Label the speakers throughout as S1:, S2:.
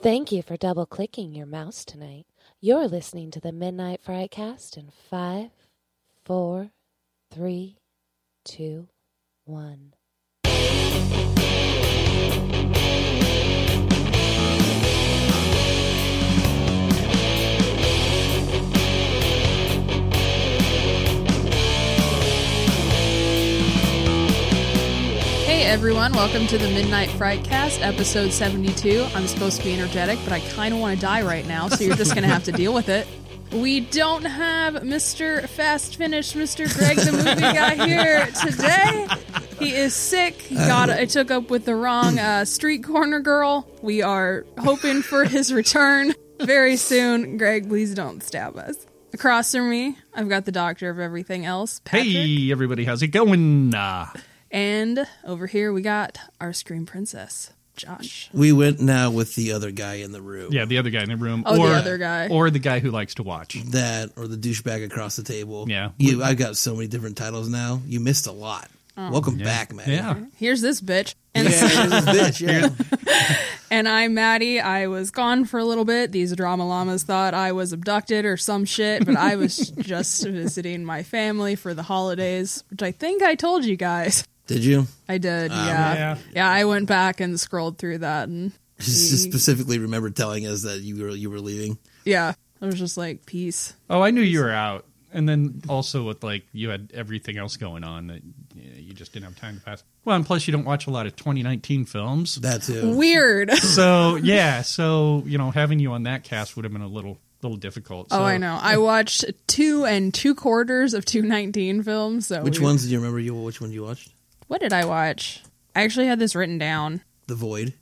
S1: Thank you for double clicking your mouse tonight. You're listening to the Midnight Frightcast in five, four, three, two, one.
S2: Hey everyone, welcome to the Midnight Frightcast, episode 72. I'm supposed to be energetic, but I kind of want to die right now, so you're just going to have to deal with it. We don't have Mr. Fast Finish, Mr. Greg the Movie Guy here today. He is sick. He got I took up with the wrong uh, street corner girl. We are hoping for his return very soon. Greg, please don't stab us. Across from me, I've got the doctor of everything else, Patrick.
S3: Hey everybody, how's it going? Uh,
S2: And over here we got our Scream Princess, Josh.
S4: We went now with the other guy in the room.
S3: yeah, the other guy in the room,
S2: Oh, the other guy.
S3: or the guy who likes to watch.
S4: That or the douchebag across the table.
S3: Yeah.
S4: You, I've got so many different titles now. You missed a lot. Welcome back, man.
S3: Yeah,
S2: Here's this bitch. Oh.
S4: Yeah,
S2: And,
S4: this bitch, yeah.
S2: and I'm Maddie. I was gone for a little bit. These drama llamas thought I was abducted or some shit, but I was just visiting my family for the holidays, which I think I told you guys.
S4: Did you?
S2: I did, yeah.
S3: yeah.
S2: yeah. I went back and scrolled through that and
S4: Just specifically remember telling us that you were you were leaving.
S2: yeah. I was just like, peace.
S3: Oh, I knew you were out, and then also with like you had everything else going on that you, know, you just didn't have time to pass. Well, and plus you don't watch a lot of 2019 films,
S4: That too.
S2: Weird.
S3: so yeah, so you know having you on that cast would have been a little little difficult. So.
S2: Oh, I know. I watched two and two quarters of two nineteen films. So
S4: which
S2: we-
S4: ones do you remember? You which one you watched?
S2: What did I watch? I actually had this written down.
S4: The Void.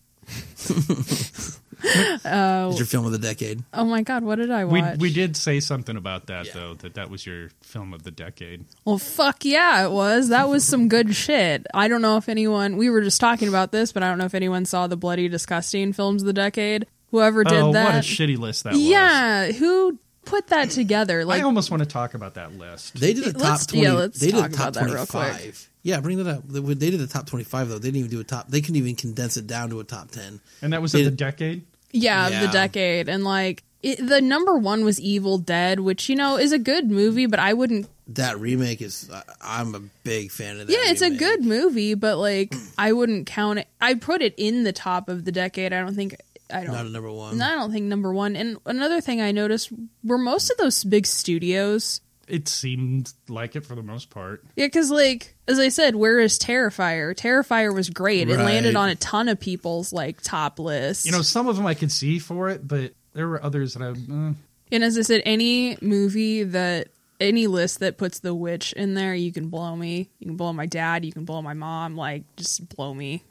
S2: Uh,
S4: It's your film of the decade.
S2: Oh my god, what did I
S3: We,
S2: watch?
S3: we did say something about that though that that was your film of the decade.
S2: Well, fuck yeah, it was. That was some good shit. I don't know if anyone. We were just talking about this, but I don't know if anyone saw the bloody disgusting films of the decade. Whoever did
S3: oh,
S2: that,
S3: what a shitty list that was!
S2: yeah, who put that together?
S3: I
S2: Like,
S3: almost want to talk about that list.
S4: They did a top
S2: Let's-
S4: twenty.
S2: yeah, let's
S4: they did
S2: talk
S4: a top
S2: about that real quick.
S4: twenty-five. Yeah, bring that up. They they did a top twenty-five though. They didn't even do a top. They couldn't even condense it down to a top ten.
S3: And that was of
S4: It-
S3: the decade.
S2: yeah, of the
S4: Yeah.
S2: decade, and like it, the number one was Evil Dead, which you know is a good movie, but I wouldn't
S4: That remake is. I, I'm a big fan of that.
S2: Yeah, it's a
S4: remake.
S2: good movie, but like I wouldn't count it. I put it in the top of the decade. I don't think I don't.
S4: Not a number one.
S2: no, I don't think number one. And another thing I noticed were most of those big studios.
S3: It seemed like it for the most part.
S2: Yeah, because like as I said, where is Terrifier? Terrifier was great. It landed
S4: Right.
S2: on a ton of people's like top list.
S3: You know, some of them I could see for it, but there were others that I. Uh,
S2: and as I said, any movie that any list that puts the witch in there, you can blow me. You can blow my dad. You can blow my mom. Like just blow me.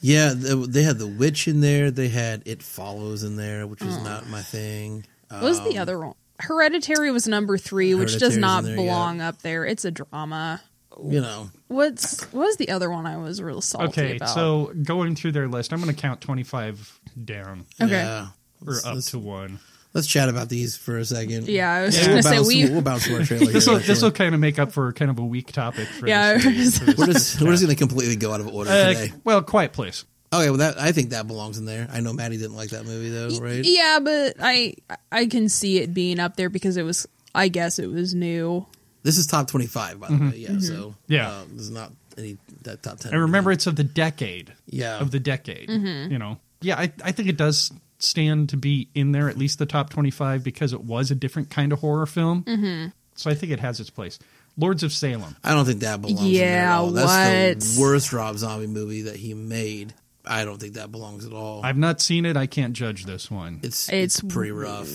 S4: Yeah, th- they had the witch in there. They had it follows in there, which
S2: Mm.
S4: was not my thing. Uh,
S2: What was
S3: Um,
S2: the other one? Hereditary was number three, which does
S4: Hereditary's
S2: not
S4: in there,
S2: belong up there. It's a drama.
S4: You know,
S2: What's what was the other one I was real salty
S3: okay,
S2: about?
S3: so going through their list, I'm going to count 25 down
S2: okay, yeah,
S4: yeah.
S3: or
S4: Let's,
S3: up
S4: let's-
S3: to one.
S4: let's chat about these for a second.
S2: I was
S3: Yeah,
S2: gonna
S4: we'll
S2: say
S4: bounce,
S2: we.
S4: we'll bounce to our trailer.
S3: This
S4: here,
S3: will this will
S4: actually.
S3: kind of make up for kind of a weak topic. For
S2: Yeah,
S3: this
S2: I was-
S3: for this
S4: We're just we're just
S3: podcast.
S4: gonna completely go out of order
S3: Uh,
S4: today.
S3: well, Quiet Place.
S4: Okay, well that I think that belongs in there. I know Maddie didn't like that movie
S2: E-,
S4: though, right?
S2: Yeah, but I I can see it being up there because it was. I guess it was new.
S4: This is top twenty five, by the way. Yeah, so
S3: Mm-hmm. Yeah.
S4: uh, there's not any that top ten.
S3: And remember, it's of the decade.
S4: yeah,
S3: Of the decade.
S2: Mm-hmm.
S3: You know, yeah, I, I think it does stand to be in there, at least the top 25, because it was a different kind of horror film. Mm-hmm. So I think it has its place. Lords of Salem.
S4: I don't think that belongs. in there at
S2: Yeah,
S4: all. That's
S2: what?
S4: the worst Rob Zombie movie that he made. I don't think that belongs at all.
S3: I've not seen it. I can't judge this one.
S4: It's
S2: It's-
S4: it's, pretty rough.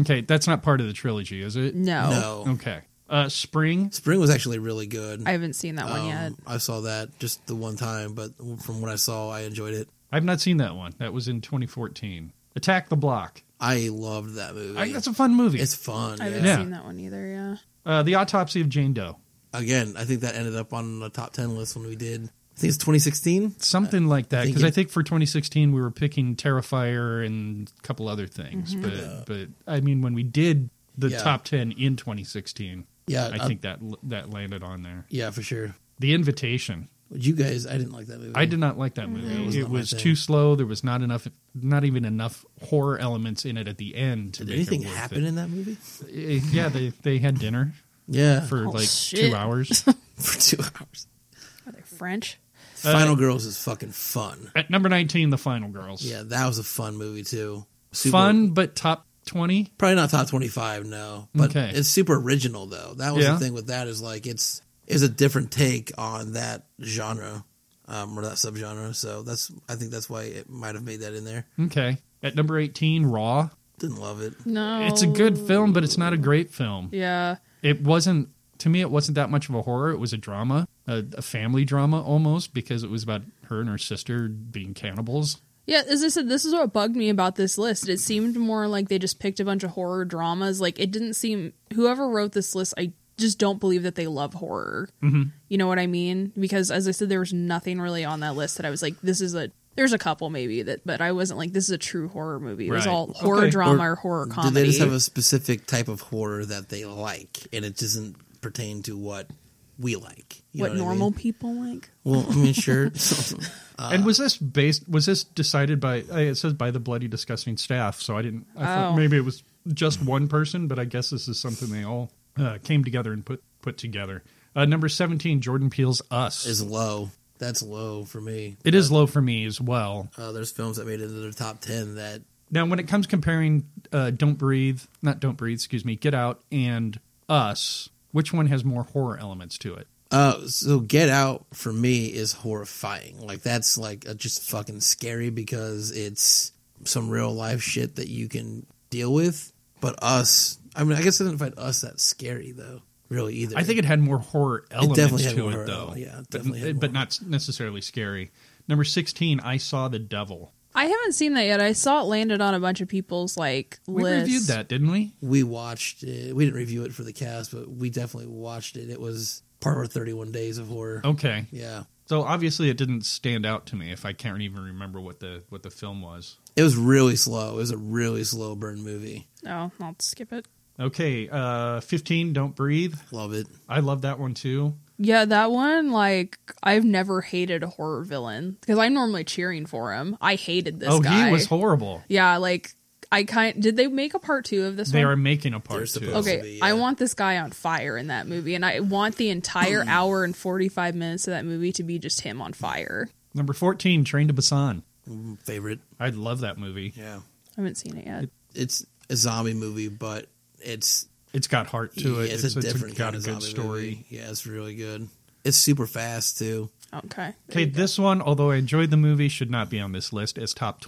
S3: Okay, that's not part of the trilogy, is it?
S2: No,
S4: No,
S3: Okay. Uh, Spring.
S4: Spring was actually really good.
S2: I haven't seen that one
S4: Um,
S2: yet.
S4: I saw that just the one time, but from what I saw, I enjoyed it.
S3: I've not seen that one. That was in 2014. Attack the Block.
S4: I loved that movie.
S3: I, that's a fun movie.
S4: it's fun.
S2: I
S4: yeah.
S2: haven't
S3: Yeah.
S2: seen that one either. Yeah,
S3: uh, the Autopsy of Jane Doe.
S4: Again, I think that ended up on the top ten list when we did. I think it's 2016.
S3: Something like that.
S4: think
S3: Because I
S4: it-
S3: think for 2016 we were picking Terrifier and a couple other things. But but I mean when we did the
S4: Mm-hmm. Yeah. Uh,
S3: top 10 in 2016,
S4: Yeah,
S3: I think that that landed on there.
S4: Yeah, for sure.
S3: The Invitation.
S4: You guys, I didn't like that movie.
S3: I did not like that movie.
S4: That was
S3: It
S4: not my
S3: was
S4: thing.
S3: too slow. There was not enough, not even enough horror elements in it at the end. To
S4: Did
S3: make
S4: anything
S3: it worth
S4: happen in that movie?
S3: It. Eh, Yeah, they they had dinner
S4: Yeah, for,
S3: for
S2: Oh,
S3: like
S2: shit.
S3: two hours.
S4: two hours.
S2: Are they French?
S4: Final Girls is fucking fun.
S3: at number nineteen, The Final Girls.
S4: Yeah, that was a fun movie too. Super-
S3: fun but top twenty.
S4: Probably not top twenty five, no. But
S3: Okay.
S4: it's super original though. That was
S3: Yeah.
S4: the thing with that is like it's is a different take on that genre, um, or that subgenre. So that's I think that's why it might have made that in there.
S3: Okay, at number eighteen, Raw.
S4: Didn't love it.
S2: No.
S3: It's a good film, but it's not a great film.
S2: Yeah.
S3: It wasn't to me. It wasn't that much of a horror. It was a drama, a, a family drama almost, because it was about her and her sister being cannibals.
S2: Yeah, as I said, this is what bugged me about this list. It seemed more like they just picked a bunch of horror dramas. Like it didn't seem whoever wrote this list, I just don't believe that they love horror. Mm-hmm. You know what I mean? Because as I said, there was nothing really on that list that I was like, this is a. There's a couple maybe that, but I wasn't like this is a true horror movie. It was
S3: Right.
S2: all horror
S3: Okay.
S2: drama or, horror
S4: Did
S2: comedy.
S4: they just have a specific type of horror that they like, and it doesn't pertain to what we like? You
S2: what
S4: know I mean?
S2: normal people like?
S4: Well, I mean, sure.
S3: and was this based? Was this decided by? uh, It says by the bloody disgusting staff. So I didn't. I
S2: Oh.
S3: thought maybe it was just one person, but I guess this is something they all uh, came together and put put together. Uh, number seventeen, Jordan Peele's Us.
S4: is low. That's low for me.
S3: it is low for me as well.
S4: Uh, there's films that made it into the top ten that
S3: Now, when it comes comparing uh, Don't Breathe, not Don't Breathe, excuse me, Get Out and Us, which one has more horror elements to it?
S4: Uh, so Get Out for me is horrifying. Like that's like a, just fucking scary because it's some real life shit that you can deal with. But Us, I mean, I guess I didn't find Us that scary though, really either.
S3: I think it had more horror elements
S4: definitely had
S3: to
S4: more
S3: it,
S4: horror
S3: though.
S4: element, yeah, it
S3: But-
S4: definitely had
S3: but,
S4: more.
S3: not necessarily scary. Number 16, I Saw the Devil.
S2: I haven't seen that yet. I saw it landed on a bunch of people's like
S3: We
S2: lists.
S3: reviewed that, didn't we?
S4: we watched it. We didn't review it for the cast, but we definitely watched it. It was part of our 31 days of horror.
S3: Okay.
S4: Yeah,
S3: So obviously it didn't stand out to me if I can't even remember what the what the film was.
S4: it was really slow. It was a really slow burn movie.
S2: Oh, I'll skip it.
S3: Okay, uh 15, Don't Breathe.
S4: Love it.
S3: I love that one too.
S2: Yeah, that one, like, I've never hated a horror villain because I'm normally cheering for him. I hated this
S3: oh,
S2: guy.
S3: he was horrible.
S2: yeah, like, I kind did they make a part two of this
S3: They are
S2: one?
S3: making a
S4: They're
S3: part two.
S4: supposed-
S2: okay,
S4: Possibly, yeah.
S2: I want this guy on fire in that movie, and I want the entire hour and 45 minutes of that movie to be just him on fire.
S3: Number 14, Train to Busan.
S4: Mm, Favorite.
S3: I love that movie.
S4: Yeah,
S2: I haven't seen it yet.
S4: it's a zombie movie, but it's
S3: It's got heart to it.
S4: Yeah, it's, a different kind
S3: got
S4: of
S3: a good
S4: zombie
S3: story.
S4: movie. Yeah, it's really good. It's super fast too.
S2: Okay.
S3: Okay, this one, although I enjoyed the movie, should not be on this list as top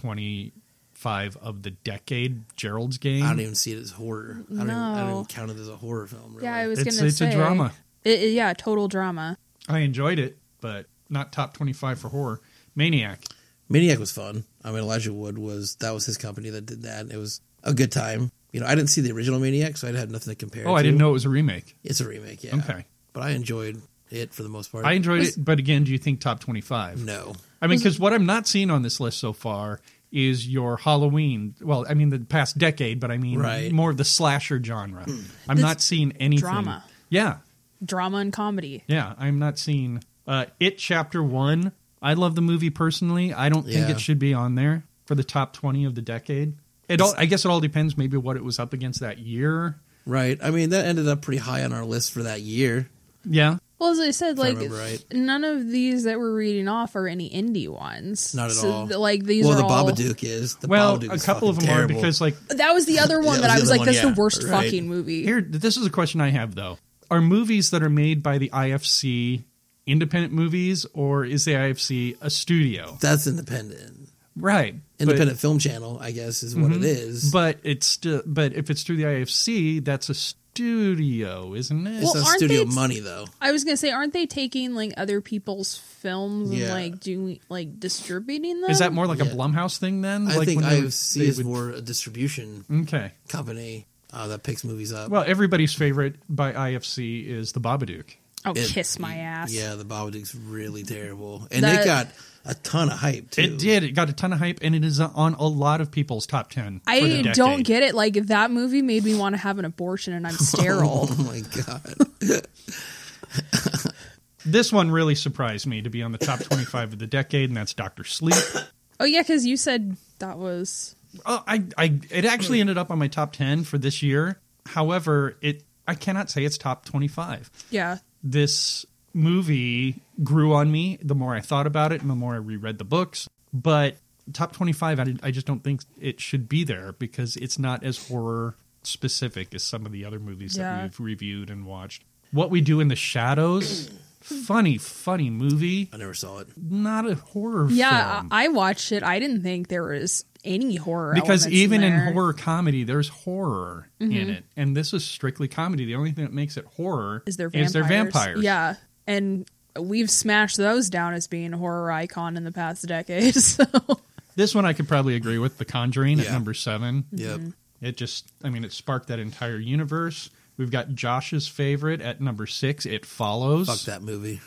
S3: twenty-five of the decade. Gerald's Game.
S4: I don't even see it as horror. I don't, even, I don't
S2: No.
S4: even count it as a horror film. Really.
S2: Yeah, I was
S3: it's
S2: gonna
S3: it's
S2: say
S3: a drama.
S2: It, it- yeah, total drama.
S3: I enjoyed it, but not top twenty-five for horror. Maniac.
S4: Maniac was fun. I mean, Elijah Wood was that was his company that did that. And it was a good time. You know, I didn't see the original Maniac, so I had nothing to compare.
S3: Oh, I
S4: to.
S3: didn't know it was a remake.
S4: It's a remake. Yeah.
S3: Okay,
S4: But I enjoyed it for the most part.
S3: I enjoyed
S2: Was-
S3: it, but again, do you think top twenty-five?
S4: no.
S3: I mean, because what I'm not seeing on this list so far is your Halloween. Well, I mean the past decade, but I mean
S4: Right. Hmm.
S3: more of the slasher genre. I'm
S2: This-
S3: not seeing anything.
S2: Drama.
S3: Yeah,
S2: Drama and comedy.
S3: Yeah, I'm not seeing uh, it. Chapter one. I love the movie personally. I don't think
S4: Yeah.
S3: it should be on there for the top twenty of the decade. It all, I guess it all depends. Maybe what it was up against that year.
S4: Right. I mean, that ended up pretty high on our list for that year.
S3: Yeah,
S2: Well, as I said,
S4: I
S2: like
S4: remember right.
S2: none of these that we're reading off are any indie ones.
S4: Not at
S2: So,
S4: all.
S2: th- Like these
S4: well,
S2: are
S4: the
S2: all.
S4: Babadook is. The
S3: well,
S4: Babadook
S3: a
S4: is
S3: couple of them
S4: fucking
S3: are
S4: terrible.
S3: because like
S2: That was the other one
S4: Yeah,
S2: that,
S4: that
S2: I
S4: was
S2: was
S4: the
S2: like,
S4: other one,
S2: that's
S4: yeah,
S2: the worst
S4: right.
S2: fucking movie.
S3: here. This is a question I have though: Are movies that are made by the IFC independent movies, or is the IFC a studio?
S4: that's independent.
S3: Right, but- Mm-hmm.
S4: Independent Film Channel, I guess, is what it is.
S3: But it's still. But if it's through the IFC, that's a studio, isn't it?
S4: It's
S2: Well,
S4: not
S2: aren't
S4: studio
S2: they-
S4: money though.
S2: I was gonna say, aren't they taking like other people's films and
S4: Yeah.
S2: like doing like distributing them?
S3: Is that more like
S4: Yeah.
S3: a Blumhouse thing then?
S4: I
S3: like
S4: think
S3: when they-
S4: IFC
S3: they
S4: is
S3: would-
S4: more a distribution
S3: Okay.
S4: company uh, that picks movies up.
S3: Well, everybody's favorite by IFC is the Babadook.
S2: Oh,
S4: It-
S2: kiss my ass.
S4: Yeah, the Babadook's really terrible, and
S2: That-
S4: it got a ton of hype too.
S3: It did. It got a ton of hype, and it is on a lot of people's top ten. for the
S2: I
S3: decade.
S2: don't get it. Like that movie made me want to have an abortion, and I'm sterile.
S4: Oh my god!
S3: This one really surprised me to be on the top 25 of the decade, and that's Doctor Sleep.
S2: Oh yeah, because you said that was
S3: Uh, I, I, it actually ended up on my top 10 for this year. However, it, I cannot say it's top 25.
S2: yeah.
S3: This movie grew on me the more I thought about it and the more I reread the books. But top 25, I, did- I just don't think it should be there because it's not as horror specific as some of the other movies
S2: Yeah.
S3: that we've reviewed and watched. What We Do in the Shadows, funny, funny movie,
S4: I never saw it.
S2: Mm-hmm.
S3: not a horror
S2: Yeah,
S3: film.
S2: I I watched it. I didn't think there was any horror elements
S3: because even in,
S2: there. Mm-hmm.
S3: horror comedy there's horror in it and this is strictly comedy the only thing that makes it horror
S2: is there vampires?
S3: is there vampires
S2: Yeah, and we've smashed those down as being a horror icon in the past decade. So
S3: this one i could probably agree with the conjuring at
S4: Yeah.
S3: number seven
S4: Yep.
S3: it just i mean it sparked that entire universe we've got josh's favorite at number six it follows
S4: Fuck that movie.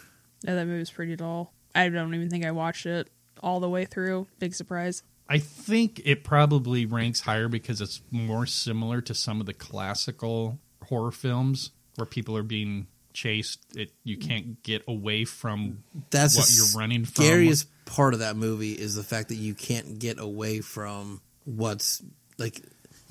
S2: yeah, that movie's pretty dull. I don't even think I watched it all the way through. Big surprise.
S3: i think it probably ranks higher because it's more similar to some of the classical horror films where people are being chased it you can't get away from
S4: That's
S3: What
S4: the
S3: you're running from.
S4: Scariest part of that movie is the fact that you can't get away from what's like.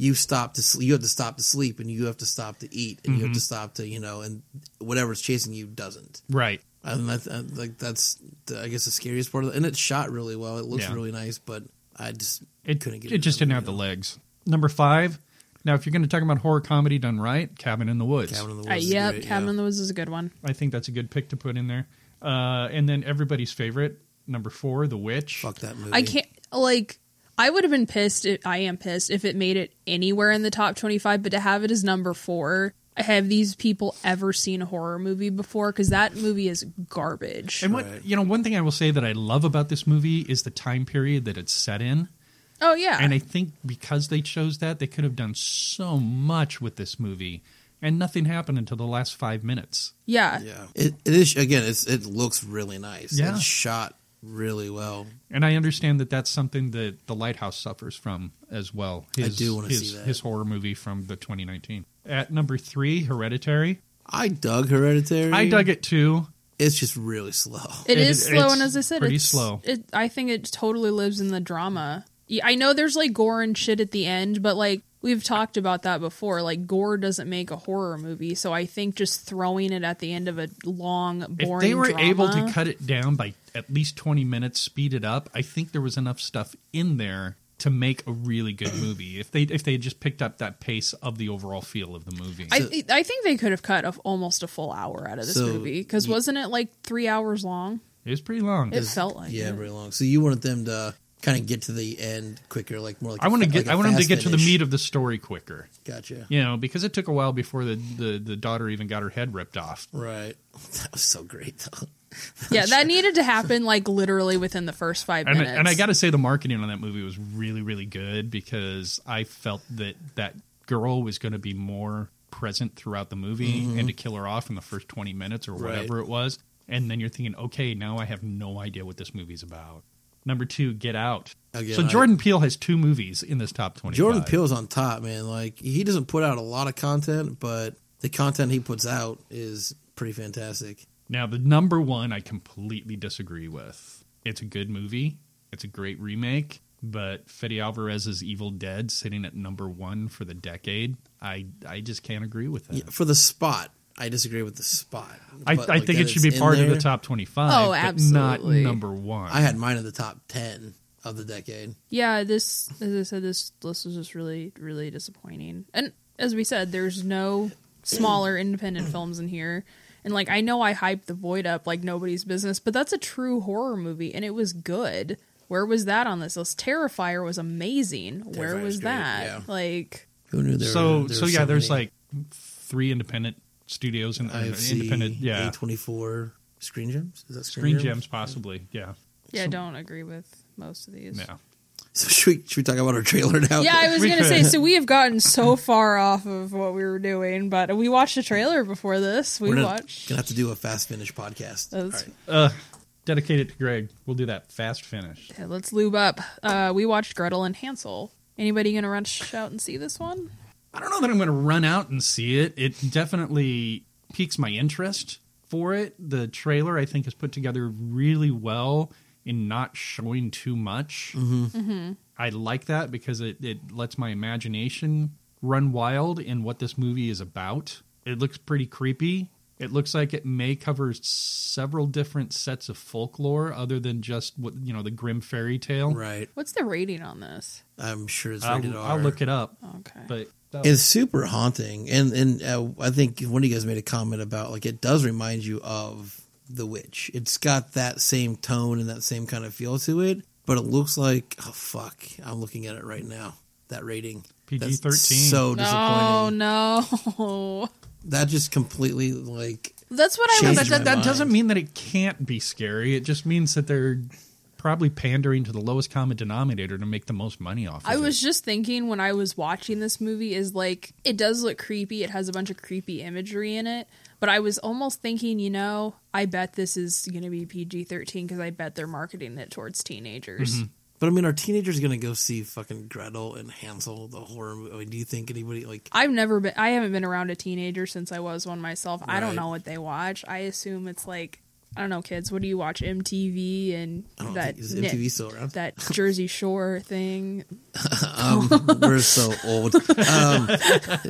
S4: You stop to sleep. You have to stop to sleep, and you have to stop to eat, and you
S3: Mm-hmm.
S4: have to stop to you know, and whatever's chasing you doesn't.
S3: right
S4: And that, uh, like that's the, I guess the scariest part of it. And it's shot really well. It looks
S3: Yeah.
S4: really nice, but I just
S3: It
S4: couldn't get
S3: It just didn't have the legs. Number five. Now, if you're going to talk about horror comedy done right, Cabin in the Woods.
S4: Cabin in the
S2: Uh,
S4: Woods. is
S2: yep,
S4: great,
S2: Cabin
S4: yeah.
S2: in the Woods is a good one.
S3: I think that's a good pick to put in there. Uh, and then everybody's favorite, number four, The Witch.
S4: Fuck that movie.
S2: I can't like. I would have been pissed. If, I am pissed if it made it anywhere in the top twenty-five, but to have it as number four. Have these people ever seen a horror movie before? Because that movie is garbage.
S3: And what you know, one thing I will say that I love about this movie is the time period that it's set in.
S2: Oh yeah,
S4: Ah.
S3: And I think because they chose that, they could have done so much with this movie, and nothing happened until the last five minutes.
S2: yeah,
S4: Yeah, it, it is again. It's it looks really nice.
S3: Yeah.
S4: it's shot really well.
S3: And I understand that that's something that the Lighthouse suffers from as well.
S4: I do wanna
S3: his-
S4: see that.
S3: His horror movie from the 2019. At number three, Hereditary.
S4: I dug Hereditary.
S3: I dug it too.
S4: It's just really slow.
S2: it
S3: It
S2: is
S3: is-
S2: slow.
S3: it's
S2: And as I said,
S3: pretty
S2: it's
S3: slow.
S2: It, I think it totally lives in the drama. Yeah, I know there's like gore and shit at the end, but like we've talked about that before. Like gore doesn't make a horror movie, so I think just throwing it at the end of a long,
S3: If
S2: boring.
S3: they were
S2: drama-
S3: able to cut it down by at least 20 minutes, speed it up, I think there was enough stuff in there to make a really good movie. If they if they had just picked up that pace of the overall feel of the movie.
S2: I, I think they could have cut a, almost a full hour out of this
S4: So,
S2: movie because
S4: ye-
S2: wasn't it like three hours long?
S3: it was pretty long.
S2: It felt like
S4: yeah,
S2: it.
S4: very long. So you wanted them to kind of get to the end quicker, like more like
S3: I want to get I want them to get to the meat
S4: meter.
S3: of the story quicker.
S4: Gotcha.
S3: You know, because it took a while before the, the, the daughter even got her head ripped off.
S4: Right. That was so great though.
S2: yeah, that needed to happen like literally within the first five
S3: and I,
S2: minutes.
S3: and I got to say the marketing on that movie was really really good because I felt that that girl was going to be more present throughout the movie and to kill her off in the first 20 minutes or
S4: Right.
S3: whatever it was and then you're thinking okay now I have no idea what this movie's about. Number 2 Get Out.
S4: Again,
S3: so
S4: I-
S3: Jordan Peele has two movies in this top 20.
S4: Jordan Peele's on top, man. Like he doesn't put out a lot of content, but the content he puts out is pretty fantastic.
S3: Now, the number one I completely disagree with. It's a good movie. It's a great remake, but Fede Alvarez's Evil Dead sitting at number one for the decade, I I just can't agree with that.
S4: Yeah, for the spot, I disagree with the spot.
S3: I,
S4: But,
S3: I
S4: like,
S3: think
S4: that
S3: it should
S4: it's
S3: be
S4: in
S3: part of
S4: there.
S3: the top twenty-five,
S2: Oh,
S3: but not
S2: absolutely.
S3: number one.
S4: I had mine in the top ten of the decade.
S2: yeah, this as I said, this list was just really, really disappointing. And as we said, there's no smaller independent films in here. And like I know I hyped the void up like nobody's business, but that's a true horror movie and it was good. Where was that on this list? Terrifier was amazing. Where
S4: Terrifier's
S2: was
S4: great,
S2: that?
S4: yeah.
S2: Like
S4: Who knew there?
S3: so
S4: were, there
S3: so
S4: were
S3: yeah, there's
S4: many.
S3: like three independent studios and
S4: IFC,
S3: independent yeah
S4: A24 Screen Gems. Is that
S3: screen gems possibly yeah
S2: yeah, I don't agree with most of these.
S3: yeah.
S4: So should we, should we talk about our trailer now?
S2: Yeah, I was
S3: We
S2: gonna
S3: could.
S2: say. So we have gotten so far off of what we were doing, but we watched a trailer before this. We
S4: We're gonna,
S2: watched.
S4: gonna have to do a fast finish podcast.
S2: That's-
S4: All right.
S3: Dedicate it to Greg. We'll do that fast finish.
S2: Okay, let's lube up. Uh, we watched Gretel and Hansel. Anybody gonna rush out and see this one?
S3: I don't know that I'm going to run out and see it. It definitely piques my interest. for it. The trailer, I think, is put together really well in not showing too much.
S4: Mm-hmm.
S3: Mm-hmm. I like that because it, it lets my imagination run wild in what this movie is about. It looks pretty creepy. It looks like it may cover several different sets of folklore other than just what you know the grim fairy tale.
S4: Right.
S2: What's the rating on this?
S4: I'm sure it's rated
S3: I'll,
S4: R.
S3: I'll look it up,
S2: Okay.
S3: but that
S4: It's super haunting, and and uh, I think one of you guys made a comment about like it does remind you of The Witch. It's got that same tone and that same kind of feel to it, but it looks like oh fuck, I'm looking at it right now. That rating
S3: PG-13.
S4: That's so disappointing.
S2: Oh no.
S4: That just completely like
S2: That's what I
S3: But
S2: was.
S4: Changed
S3: that, that,
S4: my
S3: that doesn't
S4: mind.
S3: mean that it can't be scary. It just means that they're probably pandering to the lowest common denominator to make the most money off. Of
S2: I
S3: it.
S2: was just thinking when I was watching this movie is like it does look creepy. It has a bunch of creepy imagery in it, but I was almost thinking, you know, I bet this is going to be PG thirteen because I bet they're marketing it towards teenagers.
S4: But I mean, are teenagers going to go see fucking Gretel and Hansel, the horror movie? I mean, do you think anybody, like,
S2: I've never been. I haven't been around a teenager since I was one myself. I don't
S4: Right.
S2: know what they watch. I assume it's like I don't know, kids. What do you watch? MTV and
S4: I don't
S2: that
S4: think, is
S2: Nick-
S4: MTV still around?
S2: that Jersey Shore thing.
S4: We're so old. Um,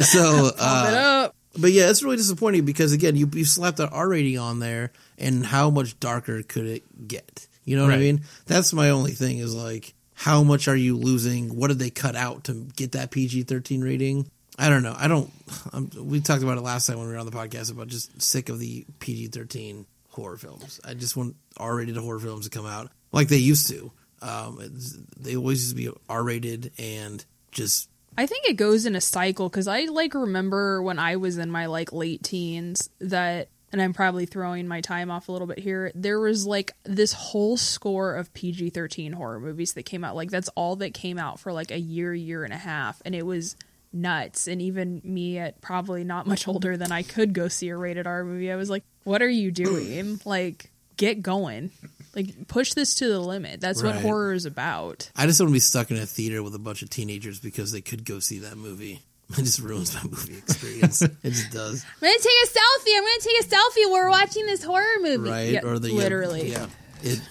S4: so,
S2: Pump it
S4: uh,
S2: up.
S4: but yeah, it's really disappointing because, again, you, you slapped that R rating on there, and how much darker could it get? You know what I
S3: Right.
S4: mean? That's my only thing is like, how much are you losing? What did they cut out to get that PG 13 rating? I don't know. I don't. I'm, we talked about it last time when we were on the podcast about just sick of the PG 13 horror films. I just want R rated horror films to come out like they used to. Um, it's, they always used to be R rated and just
S2: I think it goes in a cycle because I like remember when I was in my like late teens that, and I'm probably throwing my time off a little bit here. There was like this whole score of PG 13 horror movies that came out. Like that's all that came out for like a year, year and a half, and it was nuts. And even me at probably not much older than I could go see a rated R movie, I was like, "What are you doing? Like, get going." Like push this to the limit. That's what
S4: Right.
S2: horror is about.
S4: I just don't want to be stuck in a theater with a bunch of teenagers because they could go see that movie. It just ruins my movie experience. it just does,
S2: I'm gonna take a selfie. I'm gonna take a selfie. We're watching this horror movie.
S4: right?
S2: Yeah,
S4: the
S2: literally.
S4: yeah, it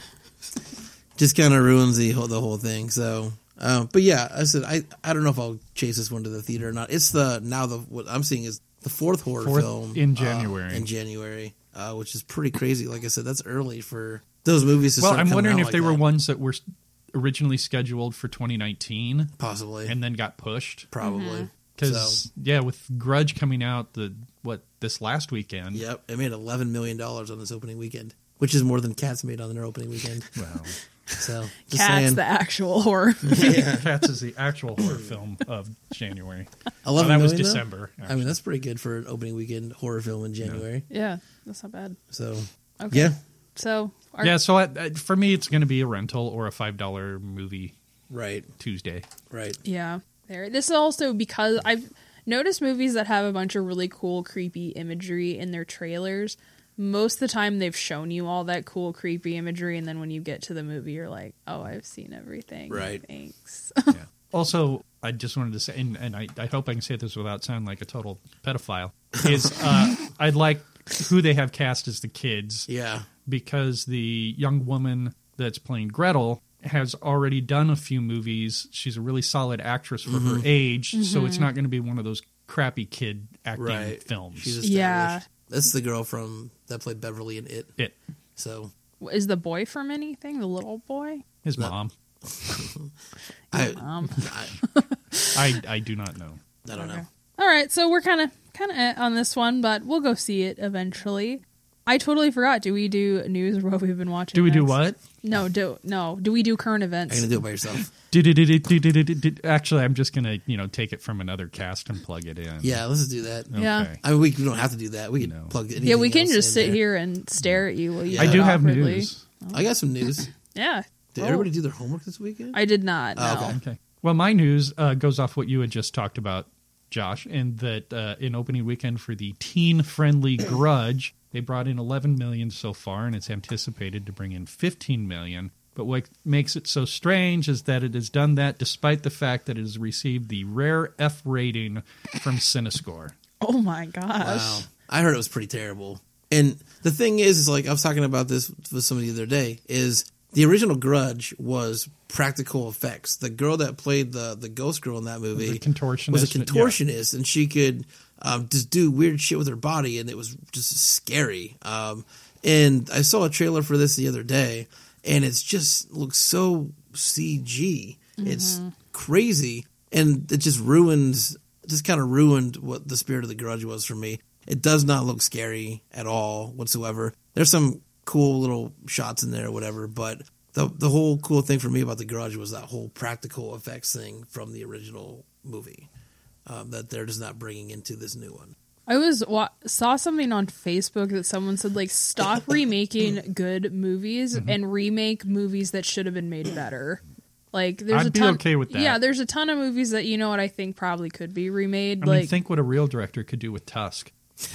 S4: just kind of ruins the whole, the whole thing. So, um, but yeah, I said I I don't know if I'll chase this one to the theater or not. It's the now the what I'm seeing is the fourth horror
S3: Fourth
S4: film
S3: in
S4: uh,
S3: January.
S4: in January, uh, which is pretty crazy. Like I said, that's early for those movies. To
S3: well,
S4: start
S3: I'm
S4: coming
S3: wondering
S4: out
S3: if
S4: like
S3: they were
S4: that.
S3: ones that were s- originally scheduled for 2019
S4: possibly
S3: and then got pushed.
S4: probably
S2: Mm-hmm.
S3: Because
S4: So-
S3: yeah, with Grudge coming out the what this last weekend.
S4: Yep, it made eleven million dollars on its opening weekend, which is more than Cats made on their opening weekend.
S3: Wow.
S4: So just
S2: Cats,
S4: saying,
S2: the actual horror.
S3: Cats is the actual horror film of January. Well,
S4: eleven
S3: that was
S4: million, though?
S3: December.
S4: I mean, that's pretty good for an opening weekend horror film in January.
S2: yeah, that's not bad.
S4: So
S2: Okay.
S4: yeah,
S2: So, our,
S3: yeah, so I, I, for me, it's going to be a rental or a five dollar movie
S4: right,
S3: Tuesday.
S4: right.
S2: yeah, there. This is also because I've noticed movies that have a bunch of really cool, creepy imagery in their trailers. Most of the time, they've shown you all that cool, creepy imagery, and then when you get to the movie, you're like, "Oh, I've seen everything."
S4: Right.
S2: Thanks.
S3: Yeah. Also, I just wanted to say, and, and I, I hope I can say this without sounding like a total pedophile. Is uh, I like who they have cast as the kids
S4: Yeah,
S3: because the young woman that's playing Gretel has already done a few movies. She's a really solid actress for
S4: Mm-hmm.
S3: her age, so it's not going to be one of those crappy kid acting
S4: right.
S3: films.
S4: She's established.
S2: Yeah.
S4: that's the girl from that played Beverly in It.
S3: it,
S4: So
S2: Is the boy from anything? The little boy?
S3: his
S4: No.
S3: mom.
S4: I
S2: Um.
S4: I,
S3: I I do not know.
S4: I don't know.
S2: All right, so we're kind of kind of on this one, but we'll go see it eventually. I totally forgot. Do we do news or what we've been watching?
S3: Do we do
S2: next?
S3: what?
S2: No, do no. Do we do current
S4: Are you
S2: events?
S4: gonna do it by yourself?
S3: Do-do-do-do-do-do-do-do. Actually, I'm just gonna you know take it from another cast and plug it in.
S4: Yeah, let's do that.
S3: Okay.
S2: Yeah.
S4: I mean, we, we don't have to do that. We can
S3: No.
S4: plug.
S2: Yeah, we
S4: anything
S2: can
S4: else
S2: just
S4: in
S2: sit
S4: there.
S2: here and stare at you. While you
S4: Yeah.
S3: I
S2: do
S3: do
S2: it
S3: have
S2: awkwardly.
S3: news.
S4: I got some news.
S2: Yeah.
S4: Did
S2: Oh.
S4: everybody do their homework this weekend?
S2: I did not.
S4: Oh,
S2: no.
S4: okay.
S3: Okay. Well, my news uh, goes off what you had just talked about, Josh, and that uh, in opening weekend for the teen-friendly Grudge, they brought in 11 million so far, and it's anticipated to bring in 15 million. But what makes it so strange is that it has done that despite the fact that it has received the rare F rating from Cinescore.
S2: Oh my gosh.
S4: Wow. I heard it was pretty terrible. And the thing is, is like I was talking about this with somebody the other day. Is the original Grudge was practical effects. The girl that played the the ghost girl in that movie
S3: The contortionist,
S4: was a
S3: yeah.
S4: contortionist, and she could um, just do weird shit with her body, and it was just scary. Um, and I saw a trailer for this the other day, and it's just looks so CG. It's crazy, and it just ruins, just kind of ruined what the spirit of the Grudge was for me. It does not look scary at all whatsoever. There's some cool little shots in there, or whatever, but. The, the whole cool thing for me about the garage was that whole practical effects thing from the original movie um, that they're just not bringing into this new one.
S2: I was wa- saw something on Facebook that someone said like stop remaking good movies
S3: Mm-hmm.
S2: and remake movies that should have been made better. Like there's a
S3: I'd be
S2: ton
S3: okay with that.
S2: Yeah, there's a ton of movies that you know what I think probably could be remade
S3: I
S2: like
S3: mean, think what a real director could do with Tusk.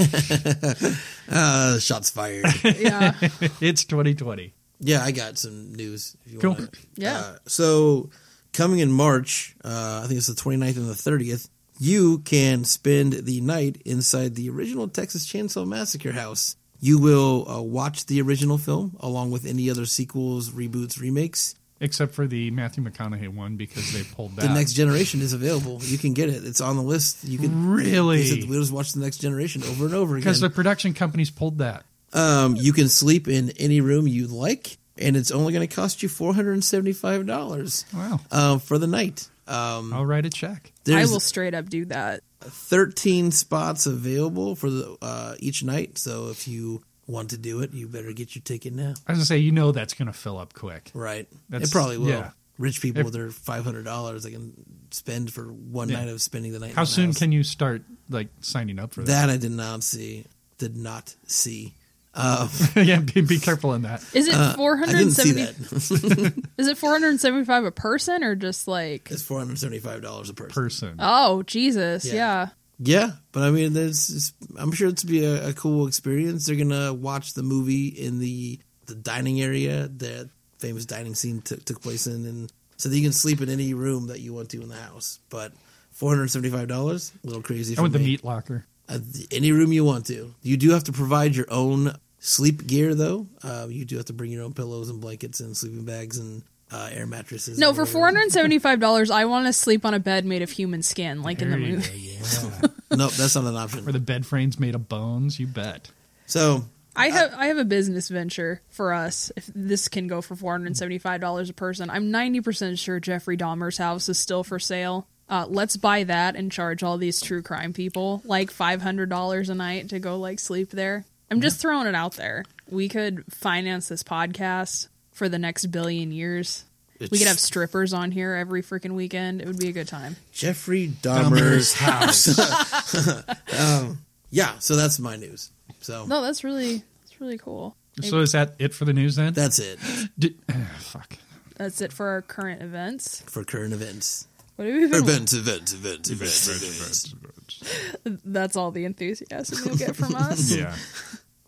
S4: Uh, shots fired.
S2: yeah.
S3: it's 2020.
S4: yeah, I got some news. If you
S3: Cool.
S4: want
S2: Yeah.
S4: Uh, so coming in March, uh, I think it's the 29th and the 30th, you can spend the night inside the original Texas Chainsaw Massacre house. You will uh, watch the original film along with any other sequels, reboots, remakes.
S3: Except for the Matthew McConaughey one because they pulled that.
S4: The next generation is available. You can get it. It's on the list. You can
S3: Really?
S4: They said, We'll just watch the next generation over and over again.
S3: because the production companies pulled that.
S4: Um, you can sleep in any room you like, and it's only going to cost you four hundred and seventy-five dollars
S3: Wow.
S4: uh, for the night. Um,
S3: I'll write a check.
S2: I
S4: there's
S2: will straight up do that.
S4: thirteen spots available for the, uh, each night, so if you want to do it, you better get your ticket now.
S3: I was gonna say, you know, that's gonna fill up quick.
S4: Right?
S3: That's-
S4: it probably will.
S3: yeah.
S4: Rich people
S3: If-
S4: with their five hundred dollars they can spend for one
S3: Yeah.
S4: night of spending the night. in
S3: How
S4: the
S3: soon
S4: house.
S3: can you start like signing up for that?
S4: that? I did not see. Did not see. Uh,
S3: yeah, be, be careful in that.
S2: Is it
S4: I didn't see
S2: 470
S4: that.
S2: Is it 475 a person or just like
S4: it's four hundred seventy-five dollars a person.
S3: Person.
S2: Oh, Jesus.
S4: Yeah.
S2: Yeah.
S4: Yeah, but I mean, there's, it's- I'm sure it's be a, a cool experience. They're gonna watch the movie in the the dining area that famous dining scene took took place in, and so that you can sleep in any room that you want to in the house. But four hundred seventy five dollars, a little crazy.
S3: I
S4: For
S3: want the
S4: me.
S3: meat locker.
S4: Uh, th- any room you want to. You do have to provide your own sleep gear, though. Uh, you do have to bring your own pillows and blankets and sleeping bags and uh, air mattresses.
S2: No,
S4: and
S2: for
S4: whatever.
S2: $475 I want to sleep on a bed made of human skin like in the
S3: There you
S2: movie.
S3: go.
S4: Nope, that's not an option.
S3: Or the bed frames made of bones. You bet.
S4: so
S2: I have I have a business venture for us. If this can go for four hundred and seventy five dollars a person, I'm ninety percent sure Jeffrey Dahmer's house is still for sale. Uh, let's buy that and charge all these true crime people like five hundred dollars a night to go like sleep there. I'm just throwing it out there. We could finance this podcast for the next billion years. We could have strippers on here every freaking weekend. It would be a good time.
S4: Jeffrey Dahmer's house. um, yeah, so that's my news. So
S2: No, that's really that's really cool.
S3: So is that it for the news then?
S4: that's it
S3: Did- fuck.
S2: That's it for our current events.
S4: for current events.
S2: What have we been
S4: Events, events, events, events, events.
S2: That's all the enthusiasm you'll get from us.
S3: Yeah.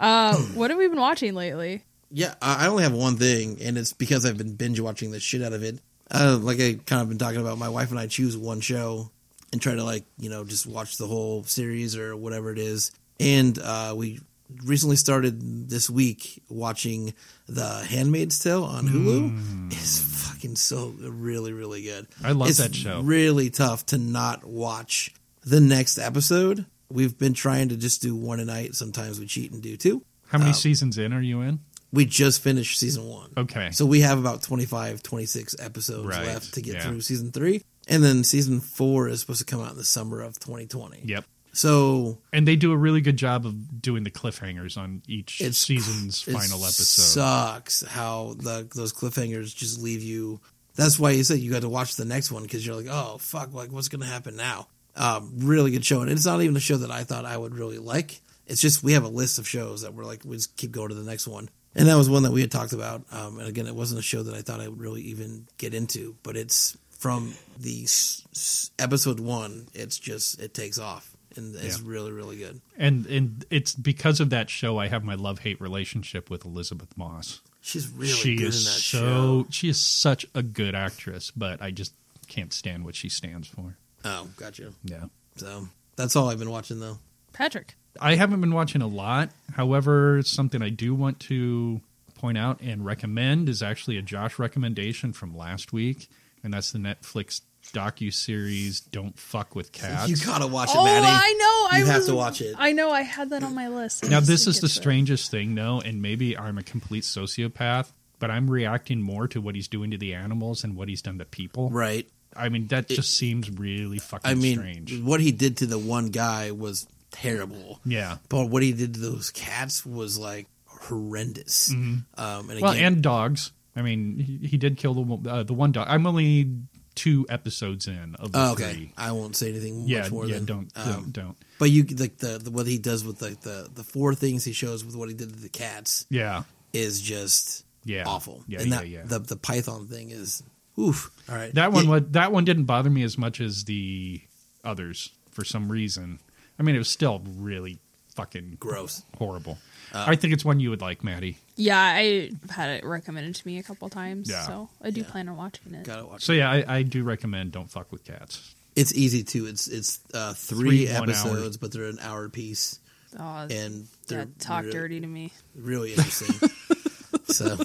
S2: Uh, what have we been watching lately?
S4: Yeah, I I only have one thing, and it's because I've been binge watching the shit out of it. Uh, like I kind of been talking about, my wife and I choose one show and try to like you know just watch the whole series or whatever it is. And uh, we recently started this week watching The Handmaid's Tale on Hulu. It's fucking so really really good.
S3: Mm. I love
S4: It's
S3: that show.
S4: Really tough to not watch the next episode. We've been trying to just do one a night. Sometimes we cheat and do two.
S3: How many seasons in are you in?
S4: We just finished season one.
S3: Okay.
S4: So we have about 25, 26 episodes
S3: Right,
S4: left to get
S3: yeah.
S4: through season three. And then season four is supposed to come out in the summer of 2020.
S3: yep.
S4: So
S3: And they do a really good job of doing the cliffhangers on each
S4: It's-
S3: season's
S4: it
S3: final episode.
S4: sucks how the, those cliffhangers just leave you. That's why you said you got to watch the next one because you're like, oh, fuck, like what's going to happen now? Um, really good show. And it's not even a show that I thought I would really like. It's just we have a list of shows that we're like, we just keep going to the next one. And that was one that we had talked about. Um, and again, it wasn't a show that I thought I would really even get into, but it's from the s- s- episode one. It's just, it takes off and it's
S3: Yeah.
S4: really, really good.
S3: and and it's because of that show I have my love hate relationship with Elizabeth Moss.
S4: She's really
S3: she
S4: good
S3: is
S4: in that
S3: so
S4: show.
S3: she is such a good actress, but I just can't stand what she stands for.
S4: Oh, gotcha.
S3: Yeah.
S4: So that's all I've been watching though.
S2: Patrick.
S3: I haven't been watching a lot. However, something I do want to point out and recommend is actually a Josh recommendation from last week, and that's the Netflix docu series "Don't Fuck with Cats."
S4: You gotta watch it,
S2: Oh,
S4: Maddie.
S2: I know.
S4: You
S2: I
S4: have
S2: was-
S4: to watch it.
S2: I know. I had that on my list. I
S3: Now,
S2: just
S3: this
S2: didn't
S3: is the
S2: get to it.
S3: strangest thing, though, and maybe I'm a complete sociopath, but I'm reacting more to what he's doing to the animals and what he's done to people.
S4: right.
S3: I mean, that just seems really fucking
S4: I mean,
S3: strange.
S4: what he did to the one guy was terrible.
S3: Yeah.
S4: But what he did to those cats was like horrendous. Um, and
S3: Mm-hmm. Well,
S4: again,
S3: and dogs. I mean, he, he did kill the one- uh, the one dog. I'm only two episodes in of the
S4: oh, okay,
S3: three.
S4: I won't say anything
S3: Yeah,
S4: much more.
S3: yeah.
S4: than,
S3: Don't
S4: um,
S3: don't, don't.
S4: But you like the, the what he does with like the the four things he shows with what he did to the cats
S3: Yeah.
S4: is just
S3: Yeah.
S4: awful.
S3: Yeah,
S4: and that,
S3: yeah, yeah.
S4: The the python thing is oof. All right,
S3: That one
S4: It-
S3: was that one didn't bother me as much as the others for some reason. I mean, it was still really fucking
S4: gross.
S3: horrible.
S4: uh,
S3: I think it's one you would like, Maddie.
S2: Yeah, I had it recommended to me a couple times,
S3: Yeah.
S2: so I do
S4: Yeah.
S2: plan on watching it.
S4: Gotta watch.
S3: So yeah, I, I do recommend don't fuck with cats.
S4: It's easy too. It's it's uh, three,
S3: Three one
S4: episodes, but they're an hour piece,
S2: Oh,
S4: and they're
S2: that talk
S4: really-
S2: dirty to me.
S4: really interesting. so,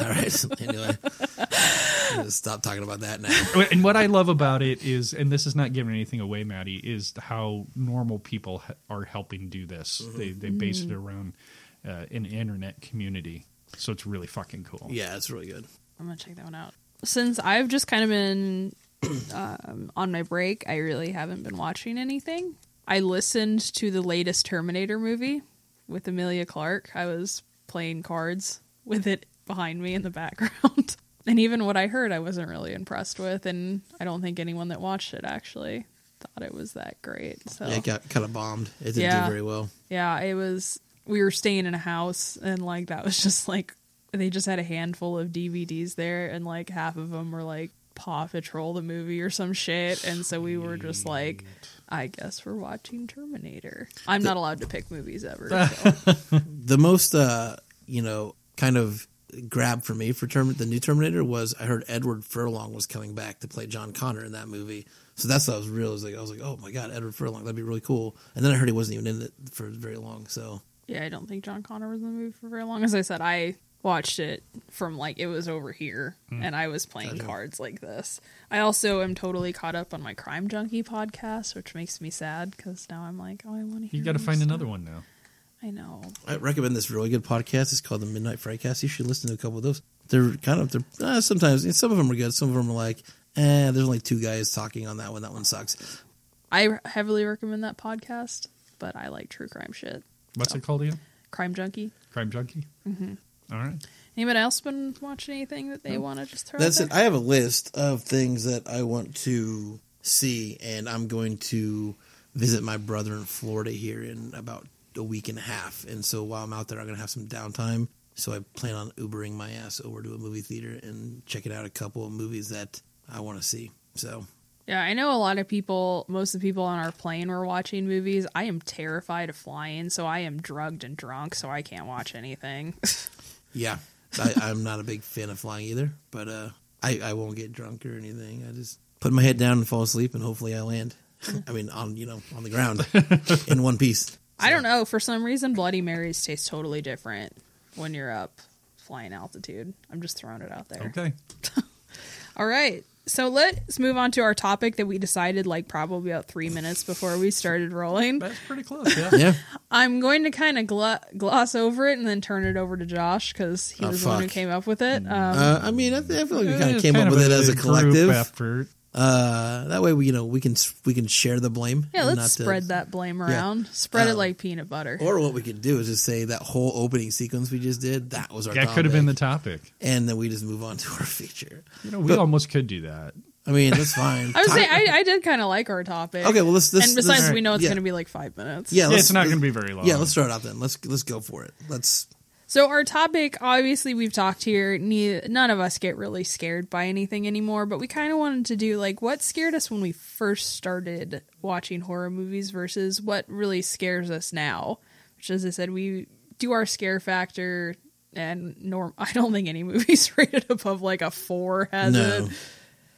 S4: all right. Anyway, I'm gonna stop talking about that now.
S3: And what I love about it is, and this is not giving anything away, Maddie, is how normal people h- are helping do this.
S4: Mm-hmm.
S3: They they base it around uh, an internet community, so it's really fucking cool.
S4: Yeah, it's really good.
S2: I'm gonna check that one out. Since I've just kind of been um, on my break, I really haven't been watching anything. I listened to the latest Terminator movie with Amelia Clark. I was playing cards with it behind me in the background. And even what I heard, I wasn't really impressed with, and I don't think anyone that watched it actually thought it was that great. So
S4: Yeah, it got kind of bombed. It didn't
S2: Oh. Yeah.
S4: do very well.
S2: yeah, it was. We were staying in a house, and like that was just like they just had a handful of DVDs there, and like half of them were like Paw Patrol the movie or some shit, and so we were just like, I guess we're watching Terminator. I'm not allowed to pick movies ever. so.
S4: The most, uh, you know, kind of grab for me for Term- the new Terminator was I heard Edward Furlong was coming back to play John Connor in that movie. So that's what I was real. I was like, I was like, oh my god, Edward Furlong, that'd be really cool. And then I heard he wasn't even in it for very long. So
S2: yeah, I don't think John Connor was in the movie for very long. As I said, I watched it from like it was over here,
S3: Mm.
S2: and I was playing cards like this. I also am totally caught up on my Crime Junkie podcast, which makes me sad because now I'm like, oh, I want to hear.
S3: You got to
S2: more
S3: find
S2: stuff.
S3: another one now.
S2: I know.
S4: I recommend this really good podcast. It's called the Midnight Frightcast. You should listen to a couple of those. They're kind of they're uh, sometimes some of them are good. Some of them are like, eh, there's only two guys talking on that one. That one sucks.
S2: I heavily recommend that podcast, but I like true crime shit.
S3: What's it called again?
S2: Crime Junkie.
S3: Crime Junkie. Mm-hmm. right.
S2: Anybody else been watching anything that they want to just throw?
S4: That's
S2: out
S4: it. I have a list of things that I want to see, and I'm going to visit my brother in Florida here in about a week and a half. And so while I'm out there, I'm going to have some downtime. So I plan on Ubering my ass over to a movie theater and checking out a couple of movies that I want to see. So
S2: Yeah, I know a lot of people. Most of the people on our plane were watching movies. I am terrified of flying, so I am drugged and drunk, so I can't watch anything.
S4: Yeah, I, I'm not a big fan of flying either, but uh, I, I won't get drunk or anything. I just put my head down and fall asleep, and hopefully I land. I mean, on you know, on the ground in one piece.
S2: I don't know. For some reason, Bloody Marys taste totally different when you're up flying altitude. I'm just throwing it out there.
S3: Okay.
S2: All right. So let's move on to our topic that we decided like probably about three minutes before we started rolling.
S3: That's pretty close. Yeah.
S4: Yeah,
S2: I'm going to kind of glo- gloss over it and then turn it over to Josh because he
S4: Oh,
S2: was the one who
S4: fuck.
S2: came up with it. Um,
S4: uh, I mean, I, th- I feel like we kind of
S3: It's
S4: came up with it as a
S3: group
S4: collective.
S3: effort.
S4: Uh, that way, we you know we can s- we can share the blame.
S2: yeah,
S4: and
S2: let's
S4: not to-
S2: spread that blame around. Spread it
S4: Um,
S2: like peanut butter.
S4: Or what we could do is just say that whole opening sequence we just did. That was our.
S3: That could have been the
S4: topic.
S3: topic.
S4: And then we just move on to our feature.
S3: You know, we almost could do that.
S4: I mean, that's fine.
S2: I would say
S4: Time-
S2: I, I did kind of like our topic.
S4: Okay, well, let's- let's-
S2: and besides,
S4: let's-
S2: we know it's
S4: yeah.
S2: going to be like five minutes.
S4: yeah,
S3: it's not going to be very long.
S4: Yeah, let's throw it out then. Let's let's go for it. Let's
S2: So our topic, obviously, we've talked here. Ne- none of us get really scared by anything anymore, but we kind of wanted to do like what scared us when we first started watching horror movies versus what really scares us now. Which, as I said, we do our scare factor, and norm. I don't think any movies rated above like a four has
S4: no,
S2: it.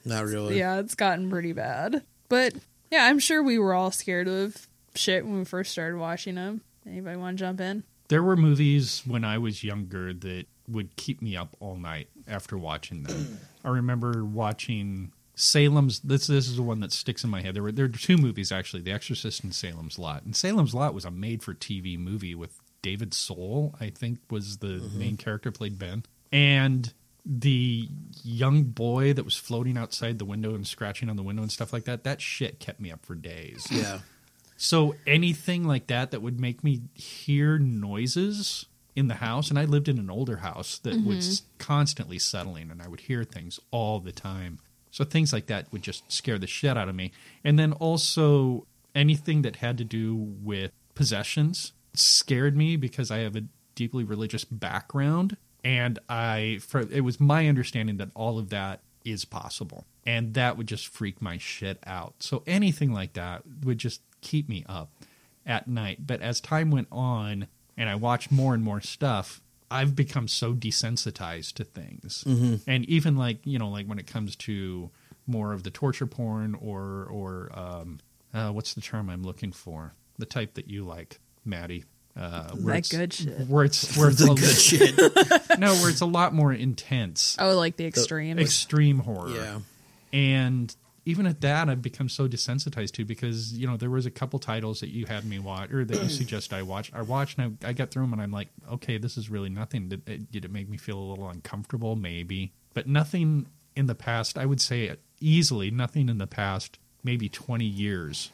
S4: not really.
S2: Yeah, it's gotten pretty bad. But yeah, I'm sure we were all scared of shit when we first started watching them. Anybody want to jump in?
S3: There were movies when I was younger that would keep me up all night after watching them. I remember watching Salem's. This this is the one that sticks in my head. There were there were two movies actually, The Exorcist and Salem's Lot. And Salem's Lot was a made for TV movie with David Soul, I think, was the main character played Ben, and the young boy that was floating outside the window and scratching on the window and stuff like that. That shit kept me up for days.
S4: Yeah.
S3: So anything like that that would make me hear noises in the house, and I lived in an older house that was constantly settling, and I would hear things all the time. So things like that would just scare the shit out of me. And then also anything that had to do with possessions scared me because I have a deeply religious background, and I for, it was my understanding that all of that is possible. And that would just freak my shit out. So anything like that would just keep me up at night. But as time went on and I watched more and more stuff, I've become so desensitized to things.
S4: Mm-hmm.
S3: And even like, you know, like when it comes to more of the torture porn or, or, um, uh, what's the term I'm looking for? The type that you like, Maddie. Uh, where
S2: That
S3: it's-
S2: good shit.
S3: Where it's where it's
S4: The
S3: a,
S4: good shit.
S3: no, where it's a lot more intense
S2: Oh, like the extreme.
S3: extreme horror.
S4: Yeah.
S3: And even at that, I've become so desensitized to because you know there was a couple titles that you had me watch or that you suggest I watch. I watched and I, I got through them and I'm like, okay, this is really nothing. Did it, did it make me feel a little uncomfortable? Maybe, but nothing in the past. I would say easily nothing in the past, maybe 20 years,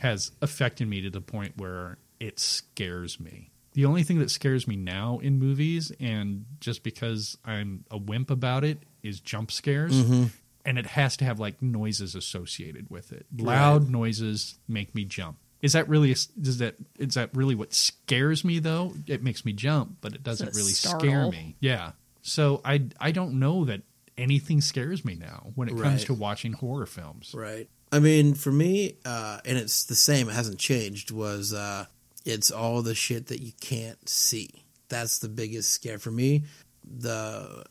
S3: has affected me to the point where it scares me. The only thing that scares me now in movies, and just because I'm a wimp about it, is jump scares
S4: Mm-hmm.
S3: and it has to have like noises associated with it. Loud noises make me jump. Is that really is that is that really what scares me though? It makes me jump, but it doesn't
S2: It's a
S3: really scare
S2: startle.
S3: me. Yeah. So I I don't know that anything scares me now when it comes
S4: Right.
S3: to watching horror films.
S4: Right. I mean, for me, uh, and it's the same, it hasn't changed, was uh, it's all the shit that you can't see. That's the biggest scare for me. The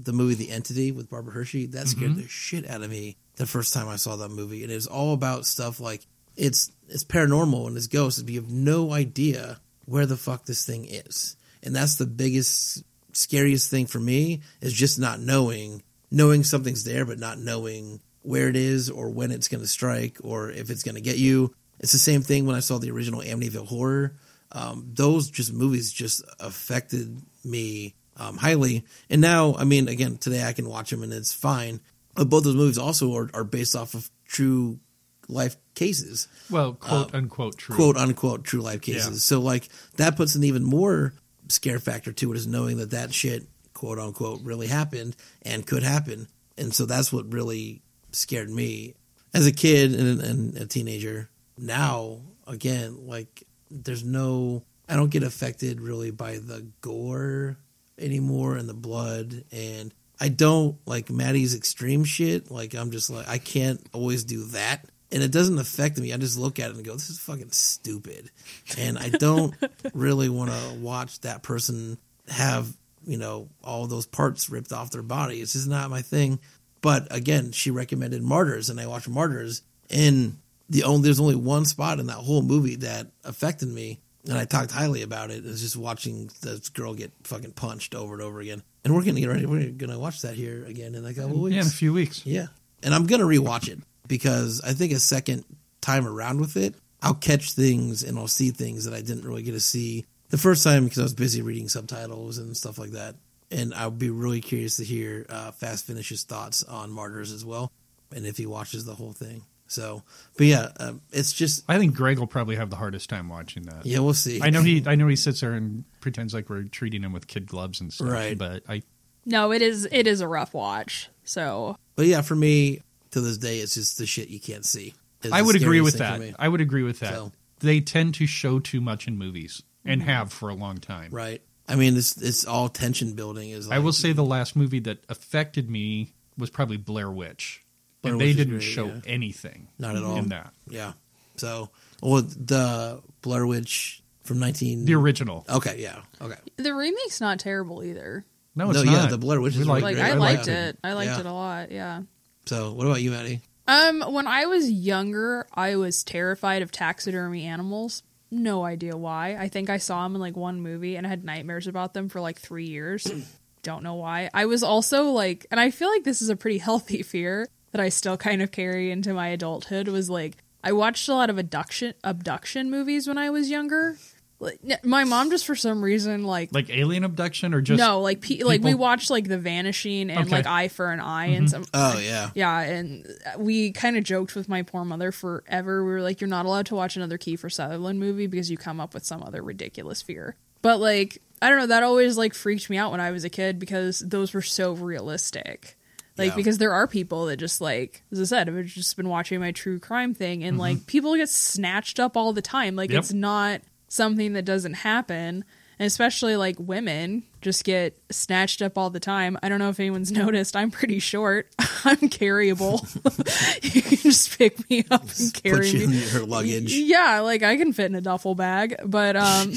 S4: the movie The Entity with Barbara Hershey, that scared the shit out of me the first time I saw that movie. And it was all about stuff like it's it's paranormal and it's ghosts, but you have no idea where the fuck this thing is. And that's the biggest scariest thing for me is just not knowing knowing something's there but not knowing where it is or when it's going to strike or if it's going to get you. It's the same thing when I saw the original Amityville Horror. Um, those just movies just affected me um, highly. And now, I mean, again, today I can watch them and it's fine. But both those movies also are, are based off of true life cases
S3: Well, quote unquote true.
S4: Um, quote unquote true life cases.
S3: Yeah.
S4: So like that puts an even more scare factor to it is knowing that that shit quote unquote really happened and could happen. And so that's what really scared me as a kid and, and a teenager. Now again, like there's no I don't get affected really by the gore anymore and the blood and I don't like Maddie's extreme shit. Like I'm just like I can't always do that. And it doesn't affect me. I just look at it and go, This is fucking stupid. And I don't really wanna watch that person have, you know, all those parts ripped off their body. It's just not my thing. But again, she recommended Martyrs and I watched Martyrs and the only there's only one spot in that whole movie that affected me and I talked highly about it. It was just watching this girl get fucking punched over and over again. And we're gonna get ready. We're gonna watch that here again in like a couple weeks.
S3: Yeah, in a few weeks.
S4: Yeah. And I'm going to rewatch it because I think a second time around with it, I'll catch things and I'll see things that I didn't really get to see the first time because I was busy reading subtitles and stuff like that. And I'll be really curious to hear uh, Fast Finish's thoughts on Martyrs as well and if he watches the whole thing. So, but yeah, um, it's just,
S3: I think Greg will probably have the hardest time watching that.
S4: yeah, we'll see.
S3: I know he I know he sits there and pretends like we're treating him with kid gloves and stuff.
S4: Right.
S3: But I
S2: no, it is. It is a rough watch. So
S4: But yeah, for me, to this day, it's just the shit you can't see. It's
S3: I
S4: the
S3: would agree
S4: scariest
S3: with
S4: thing for
S3: that.
S4: me.
S3: I would agree with that.
S4: So- Mm-hmm.
S3: They tend to show too much in movies and have for a long time.
S4: Right. I mean, it's, it's all tension building. Is like,
S3: I will say the last movie that affected me was probably Blair Witch.
S4: Blair
S3: and
S4: Witch
S3: they
S4: is
S3: didn't
S4: great,
S3: show
S4: yeah.
S3: anything
S4: Not at all.
S3: in that.
S4: Yeah. So, well, the Blair Witch from 19.
S3: The original.
S4: Okay, yeah. Okay.
S2: the remake's not terrible either.
S3: No, it's
S4: No, yeah,
S3: not.
S4: the Blair Witch
S3: We
S4: is
S3: like
S4: really
S2: Like
S4: great.
S2: I
S4: I
S2: liked
S4: liked
S2: it. I liked
S4: Yeah.
S2: it a lot. Yeah.
S4: So, what about you, Maddie?
S2: Um, when I was younger, I was terrified of taxidermy animals. No idea why. I think I saw them in like one movie and I had nightmares about them for like three years. Don't know why. I was also like, and I feel like this is a pretty healthy fear that I still kind of carry into my adulthood was like, I watched a lot of abduction abduction movies when I was younger. Like, n- my mom just for some reason like
S3: Like alien abduction or just
S2: no like pe- like we
S3: people-
S2: watched like The Vanishing and
S3: Okay. Mm-hmm.
S2: like Eye for an Eye and some
S4: Oh yeah.
S2: yeah, and uh, we kind of joked with my poor mother forever. We were like, "You're not allowed to watch another Kiefer Sutherland movie because you come up with some other ridiculous fear." But like, I don't know. That always like freaked me out when I was a kid because those were so realistic. Like
S4: Yeah.
S2: because there are people that just like, as I said, I've just been watching my true crime thing, and like people get snatched up all the time. Like
S3: Yep.
S2: it's not something that doesn't happen. And especially like women just get snatched up all the time. I don't know if anyone's noticed. I'm pretty short. I'm carryable. you can just pick me up and
S4: Put
S2: carry
S4: you in
S2: me.
S4: your luggage.
S2: Yeah, like I can fit in a duffel bag, but um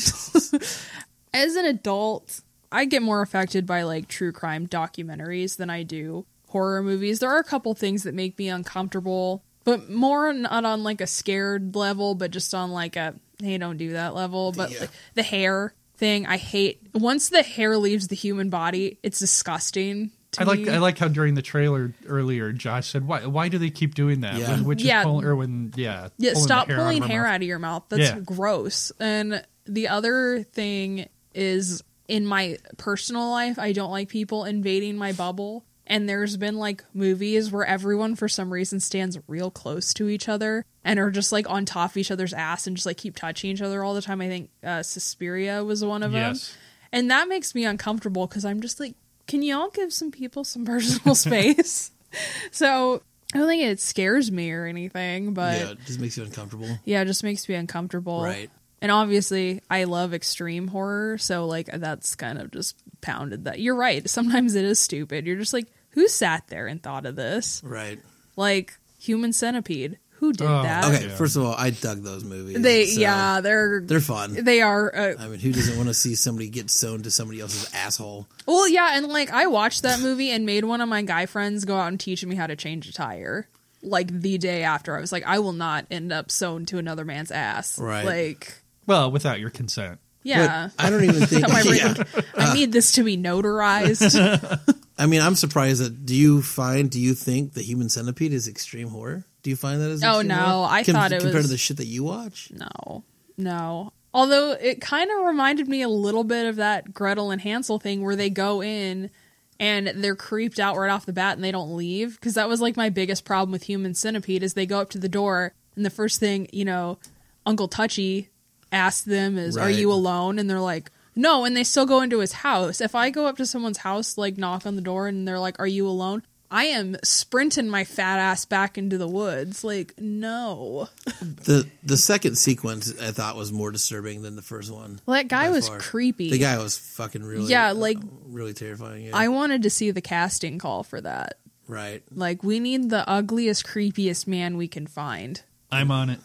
S2: as an adult, I get more affected by like true crime documentaries than I do horror movies. There are a couple things that make me uncomfortable, but more not on like a scared level, but just on like a hey, don't do that level. But
S4: Yeah.
S2: like, the hair thing, I hate. Once the hair leaves the human body, it's disgusting. To
S3: I like
S2: me.
S3: I like how during the trailer earlier Josh said why why do they keep doing that
S4: Yeah.
S3: when witches
S2: Yeah.
S3: pull or when yeah
S2: Yeah,
S3: pulling the
S2: stop
S3: hair out of
S2: pulling
S3: her
S2: hair
S3: mouth.
S2: out of your mouth. That's
S3: Yeah.
S2: gross. And the other thing is in my personal life, I don't like people invading my bubble. And there's been like movies where everyone for some reason stands real close to each other and are just like on top of each other's ass and just like keep touching each other all the time. I think uh, Suspiria was one of
S3: Yes.
S2: them. And that makes me uncomfortable because I'm just like, can y'all give some people some personal space? so I don't think it scares me or anything, but
S4: yeah, it just makes you uncomfortable.
S2: yeah, it just makes me uncomfortable.
S4: Right.
S2: And obviously, I love extreme horror, so like that's kind of just pounded that. You're right. Sometimes it is stupid. You're just like, who sat there and thought of this?
S4: Right.
S2: Like human centipede. Who did
S3: Oh,
S2: that?
S4: Okay. uh,
S3: Yeah.
S4: First of all, I dug those movies.
S2: They
S4: so
S2: yeah, they're
S4: They're fun.
S2: they are uh,
S4: I mean, who doesn't want to see somebody get sewn to somebody else's asshole?
S2: well, yeah, and like I watched that movie and made one of my guy friends go out and teach me how to change a tire. Like the day after, I was like, I will not end up sewn to another man's ass.
S4: Right.
S2: Like,
S3: well without your consent
S2: yeah.
S4: But I don't even think.
S2: Am I
S4: yeah.
S2: I need this to be notarized.
S4: I mean, I'm surprised that. Do you find? Do you think the Human Centipede is extreme horror? Do you find that as?
S2: Oh,
S4: extreme
S2: no,
S4: horror?
S2: I
S4: Com-
S2: thought it
S4: compared
S2: was-
S4: to the shit that you watch.
S2: no, no. Although it kind of reminded me a little bit of that Gretel and Hansel thing where they go in and they're creeped out right off the bat and they don't leave. Because that was like my biggest problem with Human Centipede is they go up to the door and the first thing, you know, Uncle Touchy asks them is, Are
S4: Right.
S2: you alone? And they're like, No. And they still go into his house. If I go up to someone's house, like knock on the door and they're like, Are you alone? I am sprinting my fat ass back into the woods. Like, no.
S4: The the second sequence I thought was more disturbing than the first one.
S2: Well, that guy
S4: by
S2: was
S4: far.
S2: creepy.
S4: The guy was fucking really uh,
S2: Yeah, like-
S4: really terrifying. Yeah.
S2: I wanted to see the casting call for that.
S4: right.
S2: Like, we need the ugliest, creepiest man we can find.
S3: I'm on it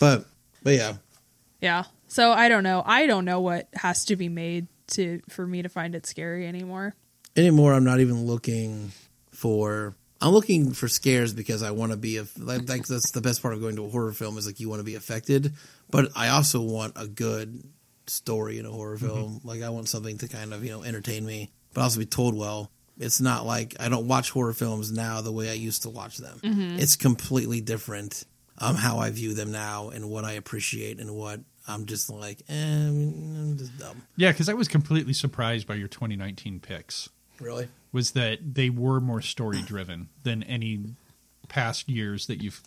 S4: But but yeah,
S2: Yeah. So I don't know. I don't know what has to be made to for me to find it scary anymore.
S4: anymore I'm not even looking for I'm looking for scares because I want to be a, like, like that's the best part of going to a horror film is like you want to be affected, but I also want a good story in a horror film. Like I want something to kind of, you know, entertain me, but also be told well. It's not like I don't watch horror films now the way I used to watch them. It's completely different um how I view them now and what I appreciate and what I'm just like, eh, I'm just dumb.
S3: yeah because I was completely surprised by your 2019 picks
S4: Really?
S3: was that they were more story driven than any past years that you've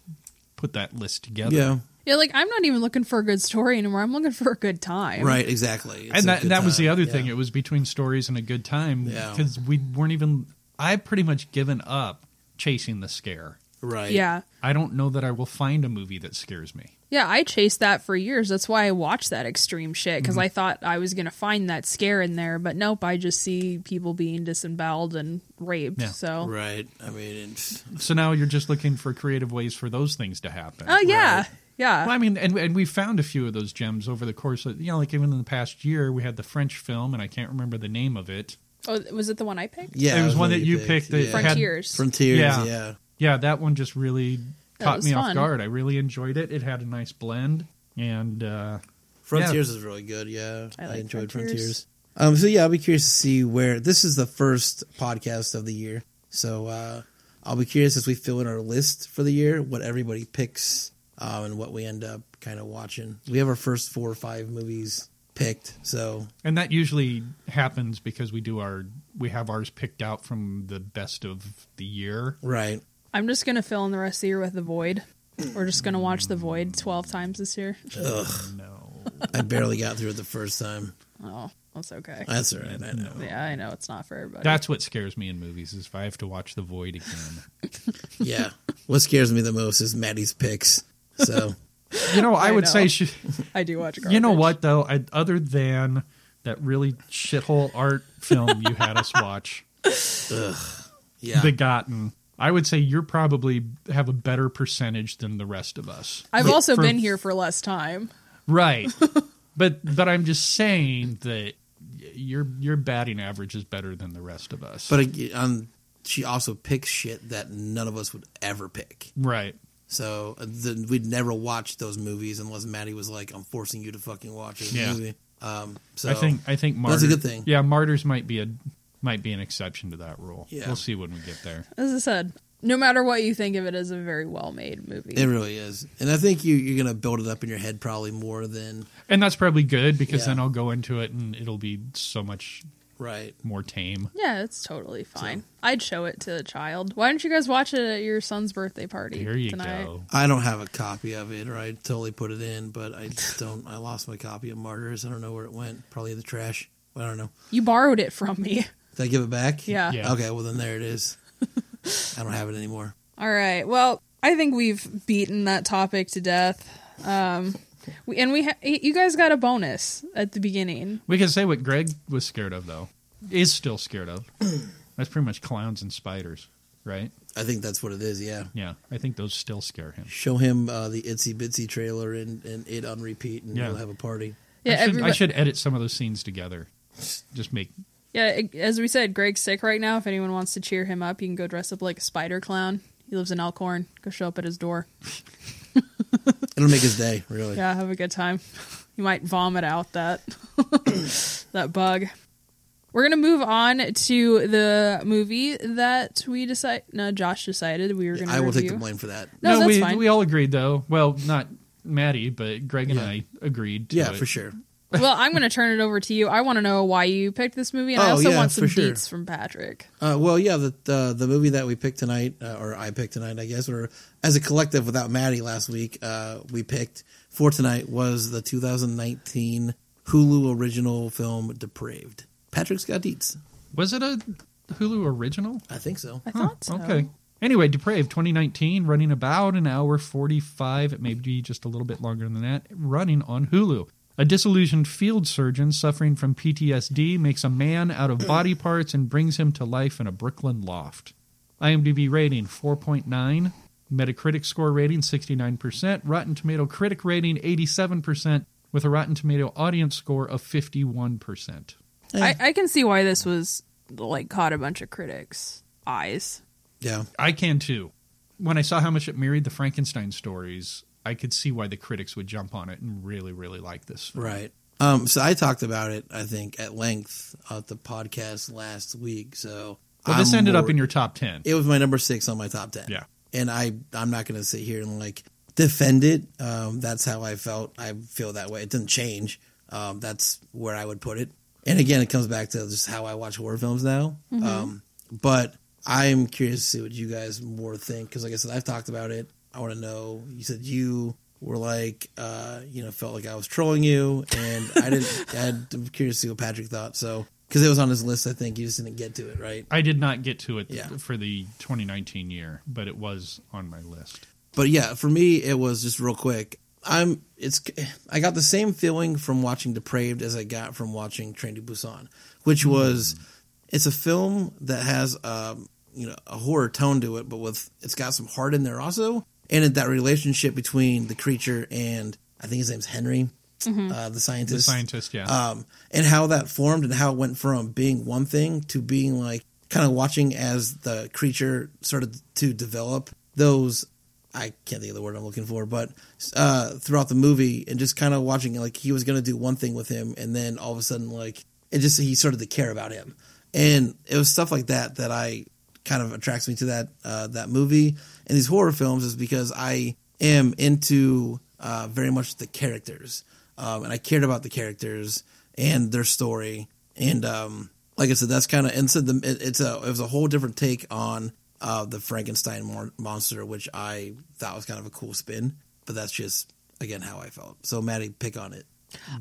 S3: put that list together
S4: Yeah.
S2: Yeah, like I'm not even looking for a good story anymore. I'm looking for a good time.
S4: Right, exactly. It's
S3: and
S4: a
S3: that
S4: good
S3: that was the
S4: time.
S3: other
S4: Yeah.
S3: thing. It was between stories and a good time
S4: Yeah.
S3: because we weren't even. I pretty much given up chasing the scare.
S4: Right.
S2: Yeah.
S3: I don't know that I will find a movie that scares me.
S2: Yeah, I chased that for years. That's why I watched that extreme shit
S4: Mm-hmm.
S2: because I thought I was going to find that scare in there, but nope, I just see people being disemboweled and raped.
S3: Yeah.
S2: So,
S4: Right. I mean, it's,
S3: So now you're just looking for creative ways for those things to happen.
S2: oh yeah, yeah,
S3: Well, I mean, and and we found a few of those gems over the course of you know, like even in the past year, we had the French film, and I can't remember the name of it.
S2: Oh, was it the one I picked?
S4: yeah.
S3: it was
S4: the
S3: one that you picked. that
S4: yeah.
S3: had-
S2: Frontiers.
S4: Frontiers.
S3: Yeah.
S4: Yeah.
S3: yeah, that one just really
S2: That
S3: caught
S2: was
S3: me off
S2: fun.
S3: guard. I really enjoyed it. It had a nice blend, and uh,
S4: Frontiers is really good. Yeah, I,
S2: like
S4: enjoyed
S2: Frontiers.
S4: Frontiers. Um, so yeah, I'll be curious to see where this is the first podcast of the year. So uh, I'll be curious as we fill in our list for the year, what everybody picks um, and what we end up kind of watching. We have our first four or five movies picked. So
S3: and that usually happens because we do our we have ours picked out from the best of the year.
S4: right,
S2: I'm just gonna fill in the rest of the year with the void. We're just gonna watch the void twelve times this year.
S3: No,
S4: I barely got through it the first time.
S2: Oh, that's okay.
S4: That's all right. I know.
S2: Yeah, I know it's not for everybody.
S3: that's what scares me in movies is if I have to watch The Void again.
S4: Yeah. What scares me the most is Maddie's picks. So
S3: You know, I,
S2: I
S3: would
S2: know.
S3: say she,
S2: I do watch. Garbage.
S3: you know what though, I, other than that really shithole art film you had us watch.
S4: yeah,
S3: begotten. I would say you're probably have a better percentage than the rest of us.
S2: I've
S3: For-
S2: also
S3: for-
S2: been here for less time.
S3: right? but but I'm just saying that y- your your batting average is better than the rest of us.
S4: but ag- um, she also picks shit that none of us would ever pick.
S3: right,
S4: So uh, the, we'd never watch those movies unless Maddie was like, "I'm forcing you to fucking watch this
S3: Yeah.
S4: movie." Um, so
S3: I think I think martyr,
S4: That's a good thing.
S3: Yeah, martyrs might be a might be an exception to that rule.
S4: Yeah.
S3: We'll see when we get there.
S2: As I said, no matter what you think of it, is a very well made movie.
S4: it really is, and I think you you're gonna build it up in your head probably more than
S3: And that's probably good because
S4: Yeah.
S3: then I'll go into it and it'll be so much
S4: right.
S3: more tame.
S2: yeah, it's totally fine. I'd show it to a child. Why don't you guys watch it at your son's birthday party
S3: Here you
S2: tonight?
S3: go.
S4: I don't have a copy of it, or I totally put it in, but I just don't. I lost my copy of Martyrs. I don't know where it went. Probably in the trash. I don't know.
S2: You borrowed it from me.
S4: Did I give it back?
S2: Yeah.
S3: Yeah.
S4: Okay. Well, then there it is. I don't have it anymore.
S2: All right. Well, I think we've beaten that topic to death. Um, we, and we ha- you guys got a bonus at the beginning.
S3: We can say what Greg was scared of, though, is still scared of. That's pretty much clowns and spiders, right?
S4: I think that's what it is. Yeah.
S3: Yeah, I think those still scare him.
S4: Show him uh, the Itsy Bitsy trailer and, and it on repeat, and
S3: Yeah.
S4: we'll have a party.
S2: Yeah,
S3: I, should,
S2: everybo-
S3: I should edit some of those scenes together. Just make
S2: yeah. As we said, Greg's sick right now. If anyone wants to cheer him up, you can go dress up like a spider clown. He lives in Elkhorn. Go show up at his door.
S4: It'll make his day, really.
S2: Yeah, have a good time. You might vomit out that that bug. We're gonna move on to the movie that we decide. No, Josh decided we were gonna.
S4: I will take
S2: review.
S4: the blame for that.
S2: No, that's
S3: we
S2: fine.
S3: we all agreed though. Well, not Maddie, but Greg and
S4: Yeah.
S3: I agreed. To
S4: Yeah,
S3: it.
S4: for sure.
S2: well, I'm going to turn it over to you. I want to know why you picked this movie, and I
S4: Oh,
S2: also
S4: yeah,
S2: want some
S4: for sure.
S2: beats from Patrick.
S4: Uh, well, yeah, the, the the movie that we picked tonight, uh, or I picked tonight, I guess, or as a collective without Maddie last week, uh, we picked for tonight was the 2019 Hulu original film Depraved. Patrick Scott Dietz.
S3: Was it a Hulu original?
S4: I think so.
S2: I thought so.
S3: Okay. Anyway, Depraved 2019, running about an hour 45. It may be just a little bit longer than that, running on Hulu. A disillusioned field surgeon suffering from PTSD makes a man out of body parts and brings him to life in a Brooklyn loft. IMDb rating 4.9, Metacritic score rating 69%, Rotten Tomato critic rating 87%, with a Rotten Tomato audience score of 51%.
S2: I, I can see why this was like caught a bunch of critics' eyes.
S4: Yeah,
S3: I can too. When I saw how much it mirrored the Frankenstein stories, I could see why the critics would jump on it and really, really like this. film.
S4: right. Um, so I talked about it, I think, at length at the podcast last week. So
S3: Well, this
S4: I'm
S3: ended up
S4: more-
S3: in your top 10.
S4: It was my number six on my top ten.
S3: Yeah.
S4: and I I'm not going to sit here and like defend it. Um, that's how I felt. I feel that way. It doesn't change. Um, that's where I would put it. And again, it comes back to just how I watch horror films now. Um, but I'm curious to see what you guys more think because, like I said, I've talked about it. I want to know. You said you were like, uh, you know, felt like I was trolling you, and I didn't. I'm curious to see what Patrick thought. So because it was on his list, I think you just didn't get to it, right?
S3: I did not get to it
S4: Yeah.
S3: for the 2019 year, but it was on my list.
S4: but yeah, for me, it was just real quick. I'm it's I got the same feeling from watching Depraved as I got from watching Train to Busan, which was it's a film that has um, you know a horror tone to it, but with it's got some heart in there also, and it, that relationship between the creature and I think his name's Henry, uh, the
S3: The
S4: scientist,
S3: scientist, yeah.
S4: um, and how that formed and how it went from being one thing to being like kind of watching as the creature started to develop those I can't think of the word I'm looking for, but uh, throughout the movie and just kind of watching like he was going to do one thing with him and then all of a sudden like it just he started to care about him. And it was stuff like that that I kind of attracts me to that uh, that movie and these horror films is because I am into uh, very much the characters um, and I cared about the characters and their story and um, like I said that's kind of and so the, it, it's a it was a whole different take on uh, the Frankenstein mon- monster which I thought was kind of a cool spin but that's just again how I felt so Maddie pick on it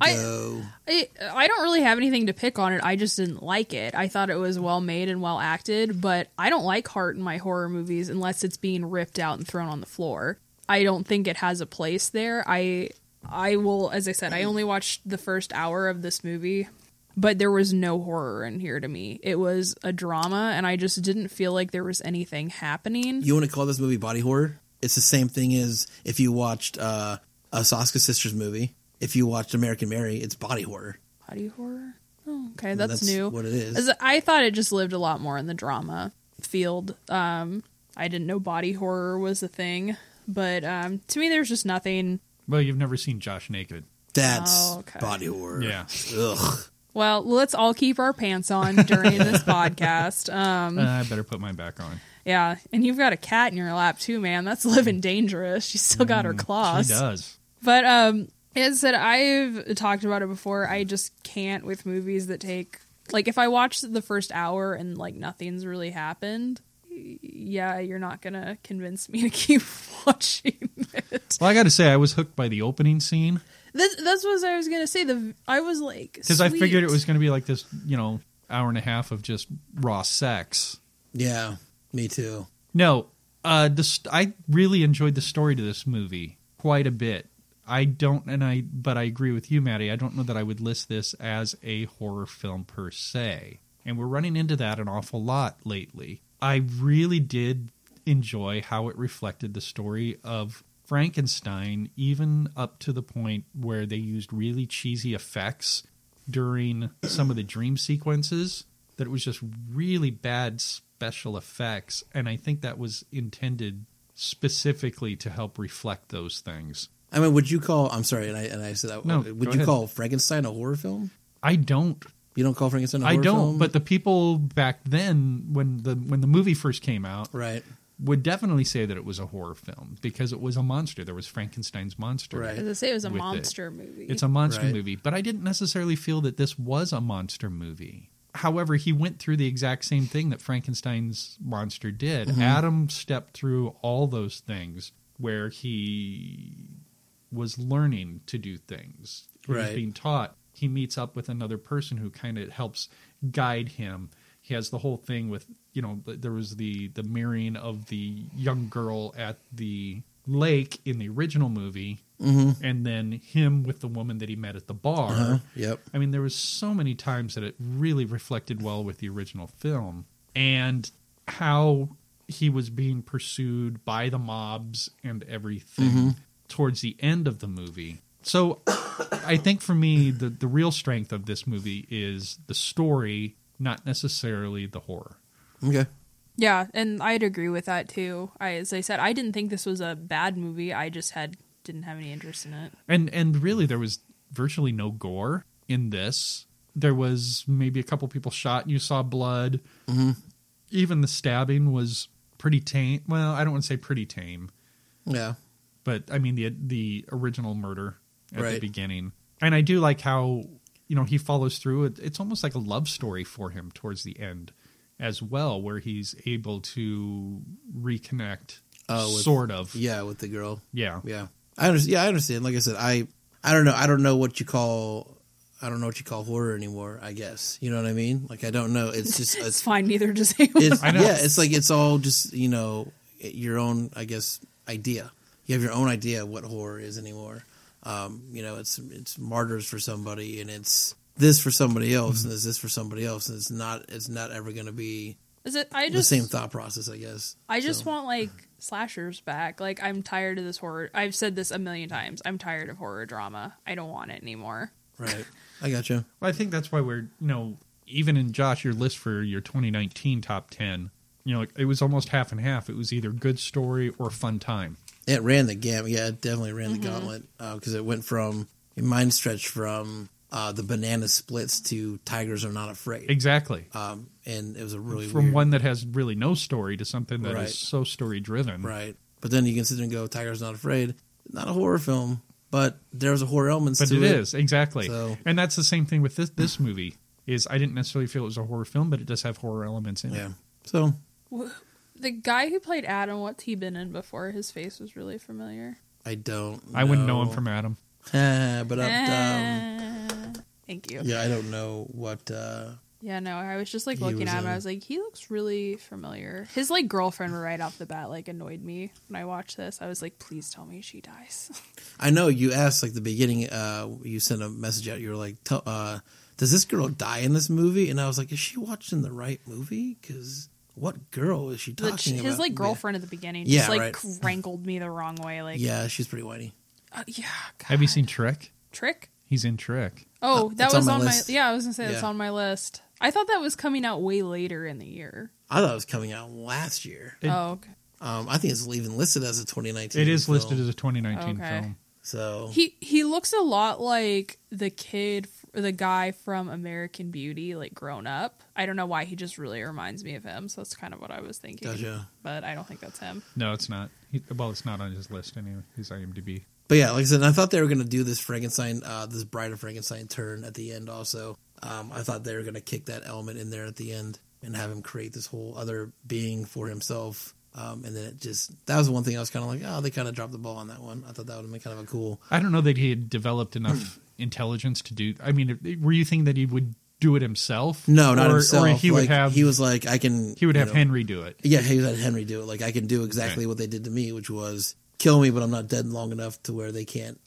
S2: I-
S4: Go.
S2: I, I don't really have anything to pick on it. I just didn't like it. I thought it was well made and well acted, but I don't like heart in my horror movies unless it's being ripped out and thrown on the floor. I don't think it has a place there. I I will as I said, I only watched the first hour of this movie, but there was no horror in here to me. It was a drama and I just didn't feel like there was anything happening.
S4: you want to call this movie body horror? It's the same thing as if you watched uh, a Saska Sisters movie. If you watched American Mary, it's body horror.
S2: body horror. Oh, okay,
S4: Well,
S2: that's,
S4: that's
S2: new.
S4: what it is.
S2: As- I thought it just lived a lot more in the drama field. Um, I didn't know body horror was a thing, but um, to me, there's just nothing.
S3: Well, you've never seen Josh naked.
S4: That's
S2: Oh, okay.
S4: body horror.
S3: Yeah.
S4: Ugh.
S2: Well, let's all keep our pants on during this podcast. Um,
S3: Uh, I better put mine back on.
S2: yeah, and you've got a cat in your lap too, man. That's living dangerous. She's still got her
S4: Mm,
S2: claws.
S3: She does.
S2: But um as I said, I've talked about it before. I just can't with movies that take like if I watch the first hour and like nothing's really happened, y- yeah, you're not gonna convince me to keep watching it.
S3: Well, I got to say, I was hooked by the opening scene
S2: This that's what I was gonna say. The I was like
S3: because I figured it
S2: sweet.
S3: was going to be like this, you know, hour and a half of just raw sex.
S4: Yeah, me too.
S3: No, uh, the st- I really enjoyed the story to this movie quite a bit. I don't, and I, but I agree with you, Maddie. I don't know that I would list this as a horror film per se, and we're running into that an awful lot lately. I really did enjoy how it reflected the story of Frankenstein, even up to the point where they used really cheesy effects during some of the dream sequences that it was just really bad special effects and i think that was intended specifically to help reflect those things
S4: I mean, would you call? I'm sorry, and I and I said that.
S3: No,
S4: would
S3: go
S4: you
S3: ahead.
S4: call Frankenstein a horror film?
S3: i don't
S4: You don't call Frankenstein a
S3: i
S4: horror
S3: don't
S4: film?
S3: but the people back then when the when the movie first came out
S4: right,
S3: would definitely say that it was a horror film because it was a monster there was frankenstein's monster
S4: Right.
S2: As I say, it was a
S3: with it.
S2: monster movie.
S3: It's a monster
S4: Right.
S3: movie, but I didn't necessarily feel that this was a monster movie. However, he went through the exact same thing that Frankenstein's monster did. Adam stepped through all those things where he was learning to do things. He was
S4: Right.
S3: being taught. He meets up with another person who kind of helps guide him. He has the whole thing with you know th- there was the the mirroring of the young girl at the lake in the original movie, and then him with the woman that he met at the bar.
S4: yep.
S3: I mean, there was so many times that it really reflected well with the original film and how he was being pursued by the mobs and everything towards the end of the movie. So I think for me, the, the real strength of this movie is the story, not necessarily the horror.
S4: Okay,
S2: Yeah, and I'd agree with that too. I as I said, I didn't think this was a bad movie. I just had didn't have any interest in it.
S3: And and really there was virtually no gore in this. There was maybe a couple people shot, you saw blood.
S4: Mm-hmm.
S3: Even the stabbing was pretty tame. Well, I don't want to say pretty tame,
S4: yeah,
S3: but I mean the the original murder at the
S4: Right.
S3: beginning. And I do like how, you know, he follows through. It- It's almost like a love story for him towards the end as well where he's able to reconnect
S4: Oh, with-
S3: sort of.
S4: yeah, with the girl.
S3: Yeah.
S4: Yeah, I understand. Yeah, I understand. Like I said, I I don't know. I don't know what you call. I don't know what you call horror anymore. I guess you know what I mean. Like I don't know. It's just
S2: It's
S4: it's,
S2: fine, neither does anyone.
S4: it's
S3: I know.
S4: yeah. It's like it's all just you know your own. I guess idea. You have your own idea of what horror is anymore. Um, you know, it's it's martyrs for somebody, and it's this for somebody else,
S3: Mm-hmm.
S4: and it's this for somebody else, and it's not it's not ever going to be
S2: Is it? I
S4: the
S2: just
S4: same thought process. I guess.
S2: I just
S4: So,
S2: want like slashers back. Like I'm tired of this horror. I've said this a million times. I'm tired of horror drama. I don't want it anymore.
S4: right. I got you.
S3: Well, I think that's why we're you know even in Josh, your list for your 2019 top 10, you know, like, it was almost half and half. It was either good story or fun time.
S4: It ran the gamut. Yeah, it definitely ran
S2: Mm-hmm.
S4: the gauntlet because it went from mine stretched from uh, the banana splits to tigers are not afraid,
S3: Exactly.
S4: um, and it was a really
S3: From
S4: weird,
S3: one that has really no story to something that is
S4: Right.
S3: so story driven.
S4: right. But then you can sit there and go, tigers not afraid, not a horror film, but there's a horror elements
S3: But
S4: to
S3: it is exactly,
S4: So-
S3: and that's the same thing with this this movie. Is I didn't necessarily feel it was a horror film, but it does have horror elements in it.
S4: Yeah. So
S2: The guy who played Adam, what's he been in before? His face was really familiar.
S4: I don't.
S3: I wouldn't know him from Adam.
S4: Eh, but i um,
S2: Ah, Thank you. Yeah.
S4: yeah, I don't know what. Uh,
S2: no, I was just like
S4: He
S2: looking
S4: was
S2: at him.
S4: in-
S2: I was like, he looks really familiar. His like girlfriend right off the bat like annoyed me when I watched this. I was like, please tell me she dies.
S4: I know you asked like the beginning. Uh, you sent a message out. You were like, tell, uh, "Does this girl die in this movie?" And I was like, "Is she watching the right movie? Because what girl is she
S2: The-
S4: talking about?"
S2: his like
S4: Yeah.
S2: girlfriend at the beginning
S4: Yeah,
S2: just like
S4: right.
S2: wrangled me the wrong way. Like, yeah,
S4: Yeah, she's pretty whitey.
S2: uh, yeah. God.
S3: Have you seen Trick?
S2: Trick?
S3: He's in Trick.
S2: Oh, that
S4: Uh, it's
S2: was on my,
S4: list.
S2: yeah. I was gonna say that's
S4: Yeah.
S2: on my list. I thought that was coming out way later in the year.
S4: I thought it was coming out last year.
S3: It-
S2: oh, okay.
S4: Um, I think it's even listed as a 2019.
S3: It is
S4: film.
S3: listed as a 2019
S2: Okay.
S3: film.
S4: so.
S2: He he looks a lot like the kid, the guy from American Beauty, like grown up. I don't know why he just really reminds me of him. So that's kind of what I was thinking.
S4: Gotcha.
S2: But I don't think that's him.
S3: No, it's not. He, well, it's not on his list anyway. His IMDb.
S4: But yeah, like I said, I thought they were going to do this Frankenstein, uh, this Bride of Frankenstein turn at the end. Also, um, I thought they were going to kick that element in there at the end and have him create this whole other being for himself. Um, and then it just that was one thing I was kind of like, oh, they kind of dropped the ball on that one. I thought that would have been kind of a cool.
S3: I don't know that he had developed enough
S4: Hmm.
S3: intelligence to do. I mean, if- were you thinking that he would do it himself?
S4: No, not
S3: or,
S4: himself.
S3: Or he would
S4: Like,
S3: have.
S4: He was like, I can.
S3: he would
S4: you
S3: have
S4: know-
S3: Henry do it.
S4: Yeah, he would have Henry do it. Like I can do exactly
S3: Okay.
S4: what they did to me, which was kill me, but I'm not dead long enough to where they can't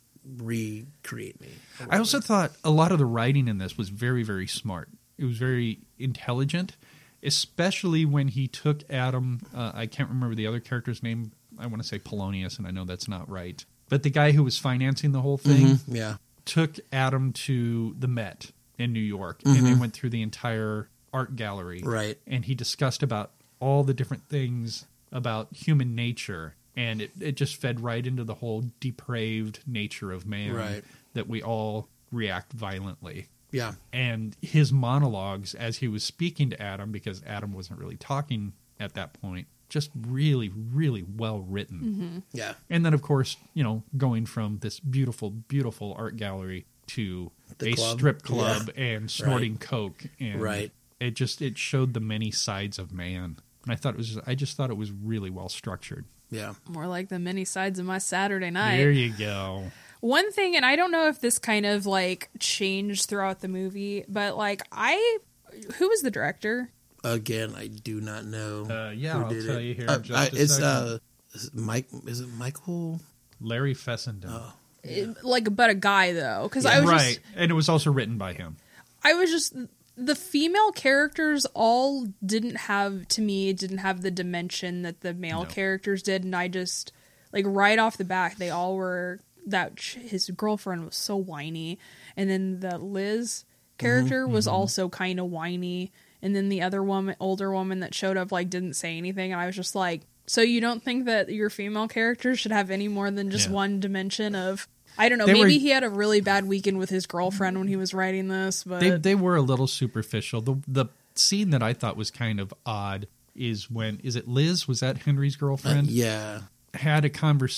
S4: recreate me.
S3: I also thought a lot of the writing in this was very, very smart. It was very intelligent, especially when he took Adam. Uh, I can't remember the other character's name. I want to say Polonius, and I know that's not right. But the guy who was financing the whole thing
S4: Mhm, Yeah.
S3: took Adam to the Met in New York, and they went through the entire art gallery.
S4: Mm-hmm. Right.
S3: And he discussed about all the different things about human nature, and it, it just fed right into the whole depraved nature of man
S4: Right.
S3: that we all react violently.
S4: Yeah.
S3: And his monologues as he was speaking to Adam, because Adam wasn't really talking at that point, just really, really well written.
S4: Yeah.
S3: And then, of course, you know, going from this beautiful, beautiful art gallery to
S4: The
S3: a
S4: club.
S3: strip club and snorting coke, and
S4: Right.
S3: it just it showed the many sides of man. And I thought it was, I just thought it was really well structured.
S4: Yeah.
S2: More like the many sides of my Saturday night.
S3: There you go.
S2: One thing, and I don't know if this kind of like changed throughout the movie, but like I, who was the director?
S4: Again, I do not know.
S3: Uh, yeah,
S4: who
S3: I'll
S4: did
S3: tell you here in
S4: Uh,
S3: just
S4: I-
S3: a
S4: it's
S3: second.
S4: uh, is it Mike. Is it Michael?
S3: Larry Fessenden,
S4: Oh.
S2: It- like, but a guy though, because I was
S3: right?
S2: just,
S3: and it was also written by him.
S2: I was just the female characters all didn't have to me didn't have the dimension that the male
S3: No.
S2: characters did, and I just like right off the back they all were that ch- his girlfriend was so whiny, and then the Liz
S3: Mm-hmm.
S2: character was also kind of whiny, and then the other woman, older woman that showed up like didn't say anything, and I was just like, so you don't think that your female characters should have any more than just
S3: Yeah.
S2: one dimension of. I don't know.
S3: They
S2: maybe
S3: were-
S2: he had a really bad weekend with his girlfriend when he was writing this, but
S3: They they were a little superficial. The the scene that I thought was kind of odd is when is it Liz? Was that Henry's
S4: Uh,
S3: girlfriend?
S4: yeah.
S3: had a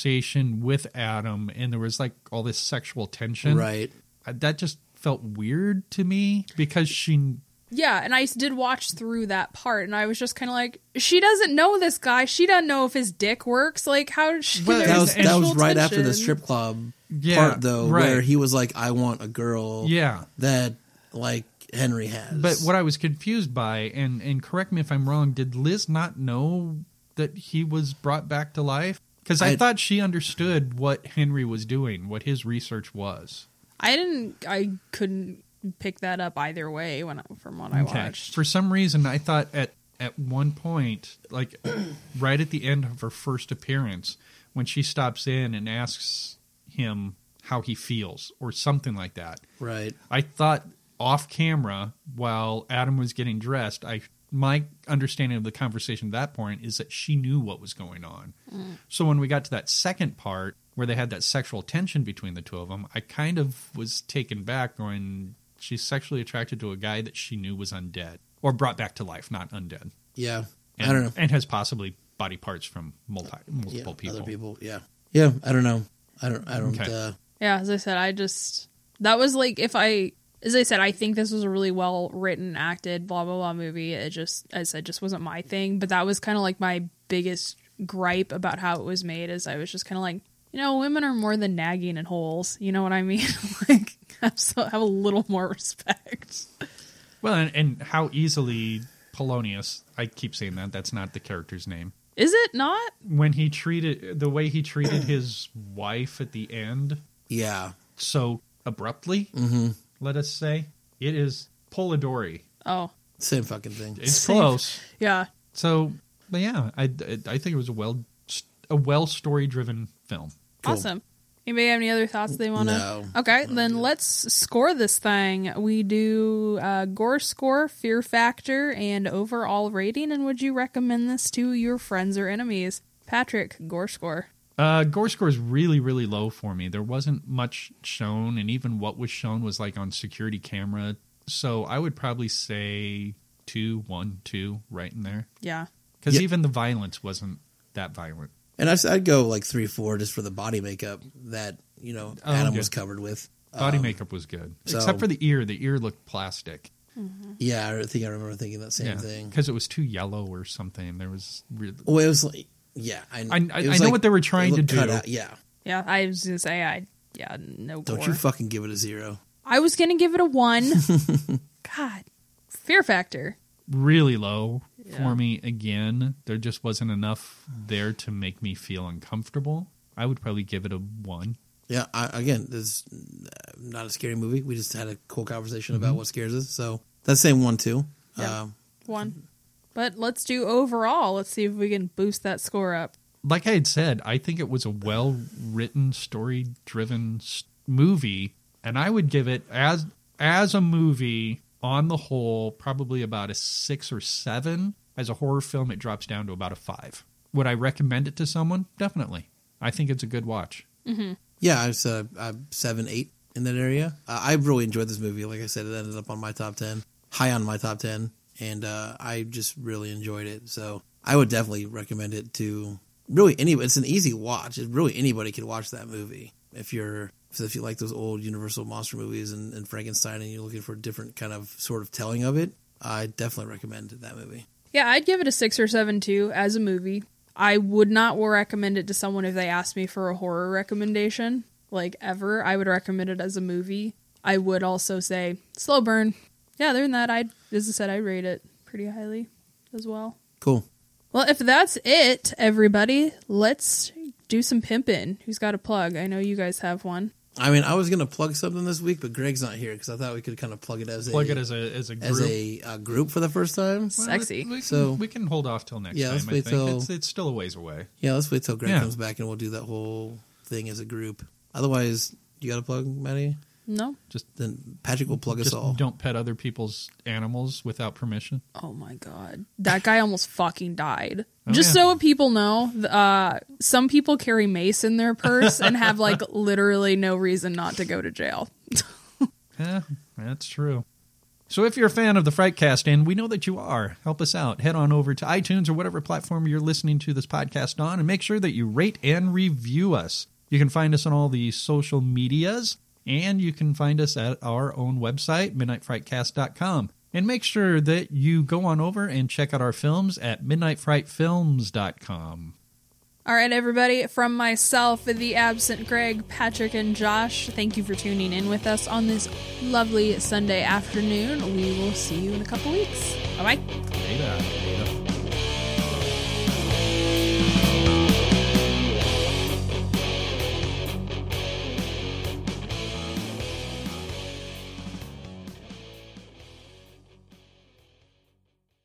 S3: conversation with Adam and there was like all this sexual tension.
S4: Right.
S3: Uh, That just felt weird to me because she
S2: Yeah, and I s- did watch through that part, and I was just kind of like, she doesn't know this guy. She doesn't know if his dick works. Like, how does she?
S3: Well,
S2: there's
S4: That was that was
S2: sexual
S4: right after the
S2: tension.
S4: strip club
S3: Yeah,
S4: part, though,
S3: right.
S4: where he was like, "I want a girl."
S3: yeah.
S4: That like Henry has.
S3: But what I was confused by and and correct me if I'm wrong, did Liz not know that he was brought back to life? Cuz I,
S4: I-
S3: thought she understood what Henry was doing, what his research was.
S2: I didn't. I couldn't pick that up either way when from what I watched.
S3: For some reason I thought at at one point, like right at the end of her first appearance, when she stops in and asks him how he feels or something like that,
S4: Right.
S3: I thought off camera while Adam was getting dressed, I my understanding of the conversation at that point is that she knew what was going on. So when we got to that second part where they had that sexual tension between the two of them, I kind of was taken back going she's sexually attracted to a guy that she knew was undead or brought back to life, not undead.
S4: Yeah.
S3: And,
S4: I don't know.
S3: And has possibly body parts from multi,
S4: Yeah.
S3: multiple people.
S4: Other people. Yeah. Yeah. I don't know. I don't, I don't,
S3: Okay.
S4: uh,
S2: Yeah, as I said, I just that was like if I as I said, I think this was a really well written, acted, blah blah blah movie. It just as I said, just wasn't my thing. But that was kind of like my biggest gripe about how it was made is I was just kind of like, you know, women are more than nagging in holes. You know what I mean? like have, so, have a little more respect.
S3: Well, and, and how easily Polonius, I keep saying that, that's not the character's name.
S2: Is it not?
S3: When he treated, the way he treated his wife at the end
S4: yeah.
S3: so abruptly, let us say, it is Polidori.
S2: Oh,
S4: Same fucking thing.
S3: It's
S2: Same.
S3: close.
S2: yeah.
S3: So, but yeah, I, I think it was a well, a well story driven film.
S4: Cool.
S2: Awesome. Anybody have any other thoughts they want to?
S4: No.
S2: Okay, then let's score this thing. We do uh, gore score, fear factor, and overall rating. And would you recommend this to your friends or enemies? Patrick, gore score.
S3: Uh, gore score is really, really low for me. There wasn't much shown, and even what was shown was like on security camera. So I would probably say two, one, two, right in there.
S2: Yeah.
S3: Because
S4: Yeah.
S3: even the violence wasn't that violent.
S4: And I'd, I'd go like three, four just for the body makeup that, you know,
S3: Oh,
S4: Adam
S3: okay.
S4: was covered with.
S3: Body
S4: Um,
S3: makeup was good,
S4: so-
S3: except for the ear. The ear looked plastic.
S4: Yeah. I think I remember thinking that same
S3: Yeah,
S4: thing.
S3: because it was too yellow or something. There was really,
S4: Well, it was like, yeah. I,
S3: I- I-
S4: it
S3: I know what they were trying
S4: it
S3: to
S4: looked cut
S3: do.
S4: out. Yeah.
S2: Yeah, I was going to say, I, yeah, no gore.
S4: Don't you fucking give it a zero.
S2: I was going to give it a one. God. Fear factor.
S3: really low
S2: Yeah.
S3: for me again. There just wasn't enough there to make me feel uncomfortable. I would probably give it a one.
S4: Yeah, I, again, this is not a scary movie. We just had a cool conversation
S3: Mm-hmm.
S4: about what scares us. So that's same one too.
S2: Yeah.
S4: Um,
S2: One. But let's do overall. Let's see if we can boost that score up.
S3: like I had said, I think it was a well written, story driven movie, and I would give it as as a movie on the whole probably about a six or seven. As a horror film, it drops down to about a five. Would I recommend it to someone? Definitely. I think it's a good watch.
S4: yeah, I was uh, I'm seven, eight in that area. Uh, I really enjoyed this movie. Like I said, it ended up on my top ten, high on my top ten, and uh, I just really enjoyed it. So I would definitely recommend it to really any. It's an easy watch. It, really anybody can watch that movie if you're. So if you like those old Universal monster movies and, and Frankenstein, and you're looking for a different kind of sort of telling of it, I definitely recommend that movie.
S2: Yeah, I'd give it a six or seven too as a movie. I would not recommend it to someone if they asked me for a horror recommendation, like ever. I would recommend it as a movie. I would also say slow burn. Yeah, other than that, I'd as I said, I'd rate it pretty highly as well.
S4: Cool.
S2: Well, if that's it, everybody, let's do some pimping. Who's got a plug? I know you guys have one.
S4: I mean, I was going to plug something this week, but Greg's not here because I thought we could kind of plug it as a
S3: Plug it as a as a group.
S4: as a uh, group for the first time.
S3: Well,
S2: Sexy.
S3: We can,
S4: So-
S3: we can hold off till next
S4: Yeah, let's
S3: time. I
S4: wait
S3: think
S4: till-
S3: it's, it's still a ways away.
S4: Yeah, let's wait till Greg
S3: Yeah.
S4: comes back and we'll do that whole thing as a group. Otherwise, you got a plug, Maddie?
S2: No?
S4: Then Patrick will plug us
S3: Just
S4: all.
S3: don't pet other people's animals without permission.
S2: Oh my god, that guy almost fucking died.
S3: Oh,
S2: Just
S3: yeah.
S2: so people know, th- uh, some people carry mace in their purse and have like literally no reason not to go to jail.
S3: Yeah, that's true. So if you're a fan of the Frightcast, and we know that you are, help us out. Head on over to iTunes or whatever platform you're listening to this podcast on and make sure that you rate and review us. You can find us on all the social medias and you can find us at our own website, midnightfrightcast.com. And make sure that you go on over and check out our films at midnightfrightfilms.com.
S2: All right, everybody, from myself, the absent Greg, Patrick, and Josh, thank you for tuning in with us on this lovely Sunday afternoon. We will see you in a couple weeks. Bye bye.
S3: Data, data.